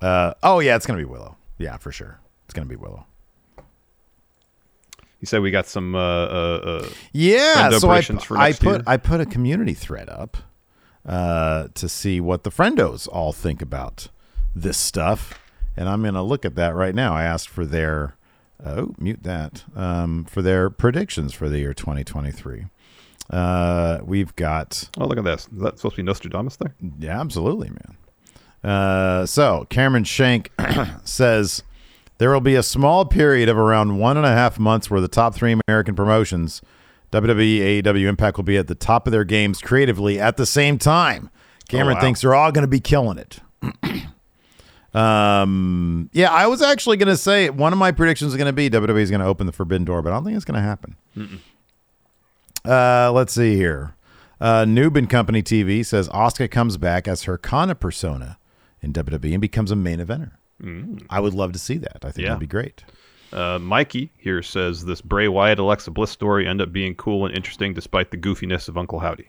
[SPEAKER 1] Uh, oh yeah, it's gonna be Willow. Yeah, for sure. It's gonna be Willow.
[SPEAKER 2] You said we got some. Uh, uh, uh,
[SPEAKER 1] Yeah,
[SPEAKER 2] Friendo
[SPEAKER 1] so I,
[SPEAKER 2] brations for
[SPEAKER 1] I
[SPEAKER 2] next
[SPEAKER 1] put
[SPEAKER 2] year?
[SPEAKER 1] I put a community thread up uh, to see what the friendos all think about this stuff, and I'm gonna look at that right now. I asked for their oh, mute that, um, for their predictions for the year 2023. Uh, we've got,
[SPEAKER 2] Oh, look at this. Is that supposed to be Nostradamus there?
[SPEAKER 1] yeah, absolutely, man. Uh, so Cameron Shank says there will be a small period of around one and a half months where the top three American promotions, E, WWE, AEW, Impact, will be at the top of their games creatively at the same time. Cameron
[SPEAKER 2] wow.
[SPEAKER 1] thinks they're all going to be killing it. um, yeah, I was actually going to say one of my predictions is going to be WWE is going to open the forbidden door, but I don't think it's going to happen. Uh, let's see here. Uh, Noob and Company TV says Oscar comes back as her Kana persona in WWE and becomes a main eventer. I would love to see that. I think
[SPEAKER 2] Mm. Yeah.
[SPEAKER 1] that'd be great.
[SPEAKER 2] Uh, Mikey here says this Bray Wyatt Alexa Bliss story end up being cool and interesting despite the goofiness of Uncle Howdy.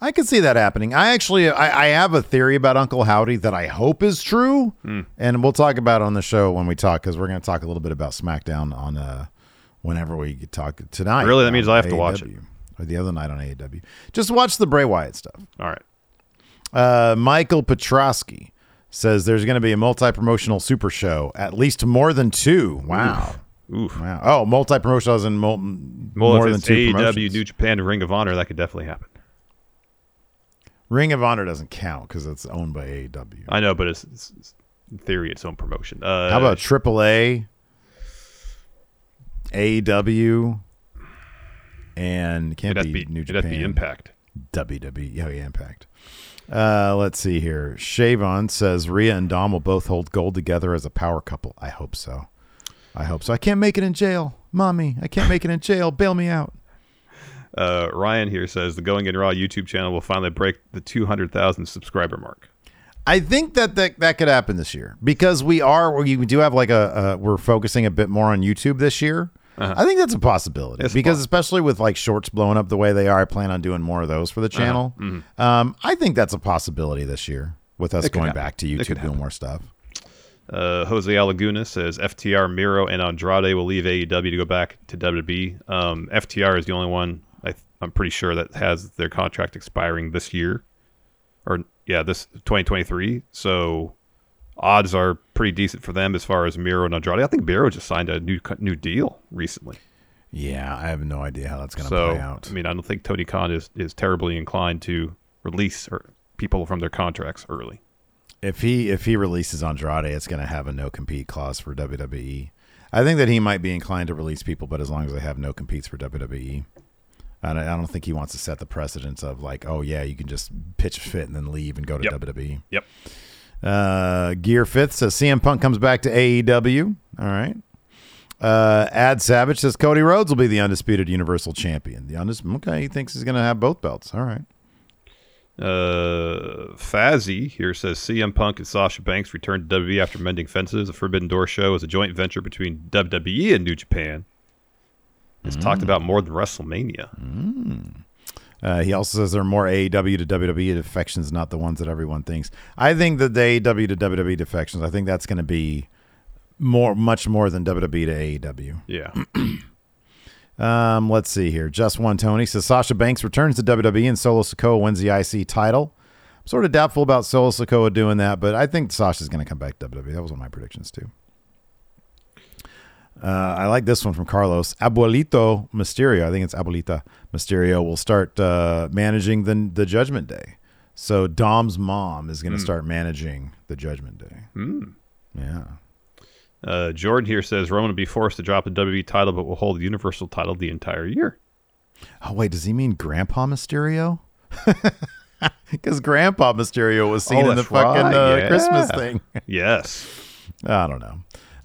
[SPEAKER 1] I could see that happening. I actually, I, I have a theory about Uncle Howdy that I hope is true,
[SPEAKER 2] Mm.
[SPEAKER 1] and we'll talk about it on the show when we talk because we're going to talk a little bit about SmackDown on uh, whenever we talk tonight.
[SPEAKER 2] Really? That means
[SPEAKER 1] on
[SPEAKER 2] I have to watch
[SPEAKER 1] AEW, or the other night on AEW. Just watch the Bray Wyatt stuff.
[SPEAKER 2] All right.
[SPEAKER 1] Uh, Michael Petrosky says there's going to be a multi-promotional super show, at least more than two. Wow.
[SPEAKER 2] Oof.
[SPEAKER 1] Wow. Oh, multi-promotional as in mul-
[SPEAKER 2] Well,
[SPEAKER 1] more
[SPEAKER 2] if
[SPEAKER 1] than
[SPEAKER 2] it's
[SPEAKER 1] two
[SPEAKER 2] AEW,
[SPEAKER 1] promotions.
[SPEAKER 2] New Japan, Ring of Honor, that could definitely happen.
[SPEAKER 1] Ring of Honor doesn't count because it's owned by E AEW.
[SPEAKER 2] I know, but it's, it's, it's in theory its own promotion. Uh,
[SPEAKER 1] How about AAA, AEW, E and
[SPEAKER 2] it'd
[SPEAKER 1] can't
[SPEAKER 2] have
[SPEAKER 1] be
[SPEAKER 2] to be,
[SPEAKER 1] New
[SPEAKER 2] it'd have
[SPEAKER 1] Japan.
[SPEAKER 2] to be Impact.
[SPEAKER 1] WWE. Oh, yeah, Impact. Uh, let's see here. Shavon says Rhea and Dom will both hold gold together as a power couple. I hope so. I hope so. I can't make it in jail, mommy. I can't make it in jail. Bail me out.
[SPEAKER 2] Uh, Ryan here says the Going in Raw YouTube channel will finally break the 200,000 subscriber mark.
[SPEAKER 1] I think that that, that could happen this year because we are we do have like a uh, we're focusing a bit more on YouTube this year. I think that's a possibility
[SPEAKER 2] Uh-huh. It's a
[SPEAKER 1] because
[SPEAKER 2] poss-
[SPEAKER 1] especially with like shorts blowing up the way they are, I plan on doing more of those for the
[SPEAKER 2] Uh-huh.
[SPEAKER 1] channel. Um, I think that's a possibility this year with us
[SPEAKER 2] Mm-hmm. It could
[SPEAKER 1] going
[SPEAKER 2] happen.
[SPEAKER 1] back to
[SPEAKER 2] It
[SPEAKER 1] YouTube
[SPEAKER 2] could
[SPEAKER 1] doing
[SPEAKER 2] happen.
[SPEAKER 1] more stuff.
[SPEAKER 2] Uh, Jose Alaguna says FTR, Miro, and Andrade will leave AEW to go back to WWE. Um, FTR is the only one I th- I'm pretty sure that has their contract expiring this year, or yeah, this 2023. So odds are pretty decent for them as far as Miro and Andrade. I think Miro just signed a new co- new deal recently.
[SPEAKER 1] Yeah, I have no idea how that's going to
[SPEAKER 2] So
[SPEAKER 1] play out.
[SPEAKER 2] I mean, I don't think Tony Khan is is terribly inclined to release or people from their contracts early.
[SPEAKER 1] if he if he releases Andrade, it's going to have a no compete clause for WWE. I think that he might be inclined to release people, but as long as they have no competes for WWE, I don't, I don't think he wants to set the precedence of like, oh yeah, you can just pitch a fit and then leave and go to
[SPEAKER 2] Yep.
[SPEAKER 1] WWE.
[SPEAKER 2] Yep.
[SPEAKER 1] Uh, Gear Fifth says CM Punk comes back to AEW. All right. Uh, Ad Savage says Cody Rhodes will be the undisputed Universal Champion. The undis- okay, he thinks he's going to have both belts. All right.
[SPEAKER 2] Uh, Fazzy here says CM Punk and Sasha Banks returned to WWE after mending fences. The Forbidden Door show is a joint venture between WWE and New Japan. It's talked about more than WrestleMania.
[SPEAKER 1] Uh, he also says there are more AEW to WWE defections, not the ones that everyone thinks. I think that the AEW to WWE defections, I think that's going to be more, much more than WWE to E
[SPEAKER 2] Yeah,
[SPEAKER 1] AEW. Um, let's see here. Just one Tony says Sasha Banks returns to WWE and Solo Sokoa wins the IC title. I'm sort of doubtful about Solo Sokoa doing that, but I think Sasha's going to come back to WWE. That was one of my predictions too. Uh, I like this one from Carlos. Abuelito Mysterio, I think it's Abuelita Mysterio, will start uh, managing the, the Judgment Day. So Dom's mom is going to start managing the Judgment Day. Yeah.
[SPEAKER 2] uh, Jordan here says Roman will be forced to drop the WWE title, but will hold the Universal title the entire year.
[SPEAKER 1] Oh, wait, does he mean Grandpa Mysterio? Because Grandpa Mysterio was seen
[SPEAKER 2] Oh,
[SPEAKER 1] in the
[SPEAKER 2] that's right,
[SPEAKER 1] fucking uh,
[SPEAKER 2] yeah.
[SPEAKER 1] Christmas thing.
[SPEAKER 2] Yes,
[SPEAKER 1] I don't know.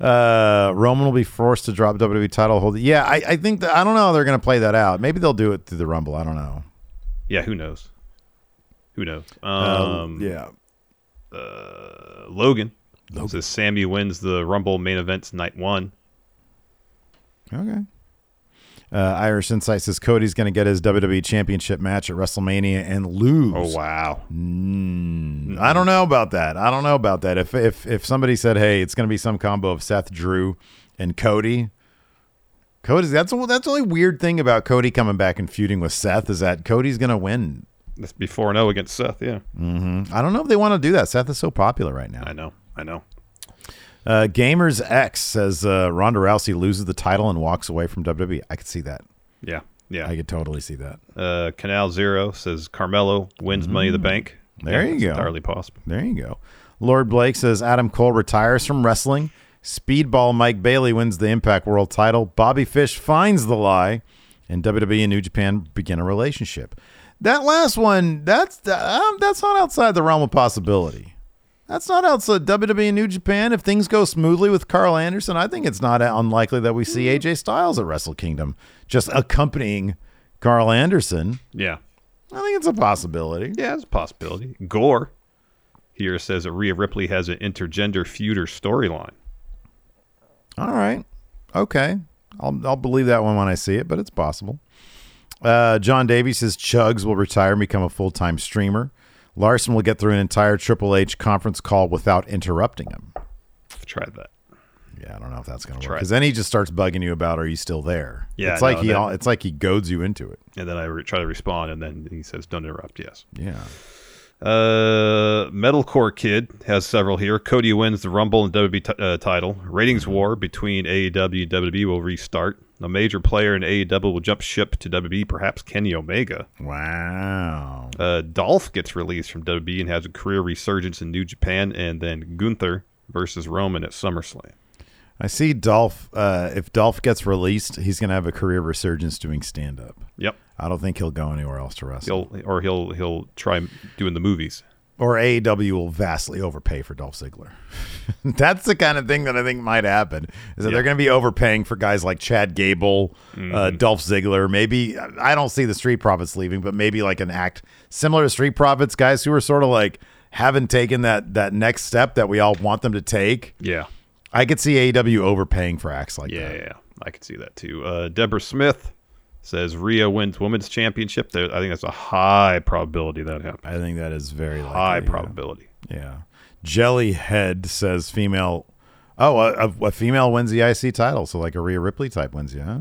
[SPEAKER 1] Uh, Roman will be forced to drop WWE title hold. Yeah, I, I think that, I don't know how they're going to play that out. Maybe they'll do it through the Rumble. I don't know.
[SPEAKER 2] yeah. Who knows? Who knows? Um,
[SPEAKER 1] yeah.
[SPEAKER 2] Logan, says Sammy wins the Rumble main events night one.
[SPEAKER 1] Okay. Uh, Irish Insight says Cody's going to get his WWE Championship match at WrestleMania and lose.
[SPEAKER 2] Oh wow!
[SPEAKER 1] Mm, I don't know about that. I don't know about that. If if if somebody said, "Hey, it's going to be some combo of Seth, Drew, and Cody," Cody's that's the- that's the only weird thing about Cody coming back and feuding with Seth is that Cody's going to win.
[SPEAKER 2] That's before and zero against Seth. Yeah,
[SPEAKER 1] I don't know if they want to do that. Seth is so popular right now.
[SPEAKER 2] I know. I know.
[SPEAKER 1] Uh, Gamers X says uh, Ronda Rousey loses the title and walks away from WWE. I could see that.
[SPEAKER 2] Yeah, yeah.
[SPEAKER 1] I could totally see that.
[SPEAKER 2] Uh, Canal Zero says Carmelo wins Money in the Bank.
[SPEAKER 1] There
[SPEAKER 2] Yeah,
[SPEAKER 1] you
[SPEAKER 2] it's
[SPEAKER 1] go.
[SPEAKER 2] Entirely possible.
[SPEAKER 1] There you go. Lord Blake says Adam Cole retires from wrestling. Speedball Mike Bailey wins the Impact World title. Bobby Fish finds the lie, and WWE and New Japan begin a relationship. That last one, that's um, that's not outside the realm of possibility. That's not outside WWE and New Japan. If things go smoothly with Carl Anderson, I think it's not unlikely that we see AJ Styles at Wrestle Kingdom, just accompanying Carl Anderson.
[SPEAKER 2] Yeah,
[SPEAKER 1] I think it's a possibility.
[SPEAKER 2] yeah, it's a possibility. Gore here says that Rhea Ripley has an intergender feud or storyline.
[SPEAKER 1] All right. Okay. I'll, I'll believe that one when I see it, but it's possible. Uh, John Davies says Chugs will retire and become a full time streamer. Larson will get through an entire Triple H conference call without interrupting him.
[SPEAKER 2] I've tried that.
[SPEAKER 1] Yeah, I don't know if that's going to work
[SPEAKER 2] right.
[SPEAKER 1] because then he just starts bugging you about, "Are you still there?"
[SPEAKER 2] Yeah,
[SPEAKER 1] it's like
[SPEAKER 2] no,
[SPEAKER 1] he
[SPEAKER 2] that-
[SPEAKER 1] all it's like he goads you into it.
[SPEAKER 2] And then I re- try to respond, and then he says, "Don't interrupt." Yes.
[SPEAKER 1] Yeah,
[SPEAKER 2] Uh, Metalcore Kid has several here. Cody wins the Rumble and WWE t- uh, title. Ratings war between AEW and WWE will restart. A major player in AEW will jump ship to WWE, perhaps Kenny Omega.
[SPEAKER 1] wow.
[SPEAKER 2] Uh, Dolph gets released from WWE and has a career resurgence in New Japan, and then Gunther versus Roman at SummerSlam.
[SPEAKER 1] I see Dolph. Uh, if Dolph gets released, he's going to have a career resurgence doing stand up.
[SPEAKER 2] Yep.
[SPEAKER 1] I don't think he'll go anywhere else to wrestle.
[SPEAKER 2] He'll or he'll he'll try doing the movies.
[SPEAKER 1] or AEW will vastly overpay for Dolph Ziggler. That's the kind of thing that I think might happen. Is that they're going to be overpaying for guys like Chad Gable, uh,
[SPEAKER 2] Mm-hmm.
[SPEAKER 1] Dolph Ziggler. Maybe I don't see the Street Profits leaving, but maybe like an act similar to Street Profits, guys who are sort of like haven't taken that that next step that we all want them to take.
[SPEAKER 2] Yeah.
[SPEAKER 1] I could see AEW overpaying for acts like
[SPEAKER 2] Yeah,
[SPEAKER 1] that.
[SPEAKER 2] yeah, I can see that too. Uh, Deborah Smith says Rhea wins women's championship. There, I think that's a high probability that happens.
[SPEAKER 1] I think that is very likely.
[SPEAKER 2] High
[SPEAKER 1] yeah.
[SPEAKER 2] probability.
[SPEAKER 1] Yeah. Jellyhead says female. Oh, a, a, a female wins the IC title. So like a Rhea Ripley type wins, yeah.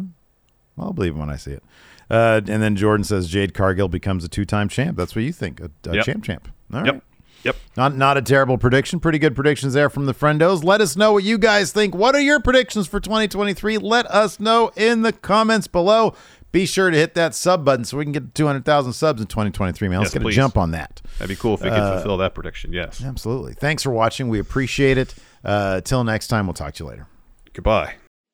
[SPEAKER 1] Well, I'll believe it when I see it. Uh, and then Jordan says Jade Cargill becomes a two-time champ. That's what you think, a, a
[SPEAKER 2] Yep.
[SPEAKER 1] champ champ. All right.
[SPEAKER 2] Yep. Yep.
[SPEAKER 1] Not not a terrible prediction. Pretty good predictions there from the friendos. Let us know what you guys think. What are your predictions for 2023? Let us know in the comments below. Be sure to hit that sub button so we can get to 200,000 subs in 2023, man. Let's
[SPEAKER 2] Yes,
[SPEAKER 1] get
[SPEAKER 2] please.
[SPEAKER 1] a jump on that.
[SPEAKER 2] That'd be cool if we could
[SPEAKER 1] Uh,
[SPEAKER 2] fulfill that prediction. Yes.
[SPEAKER 1] Absolutely. Thanks for watching. We appreciate it. Uh, till next time, we'll talk to you later.
[SPEAKER 2] Goodbye.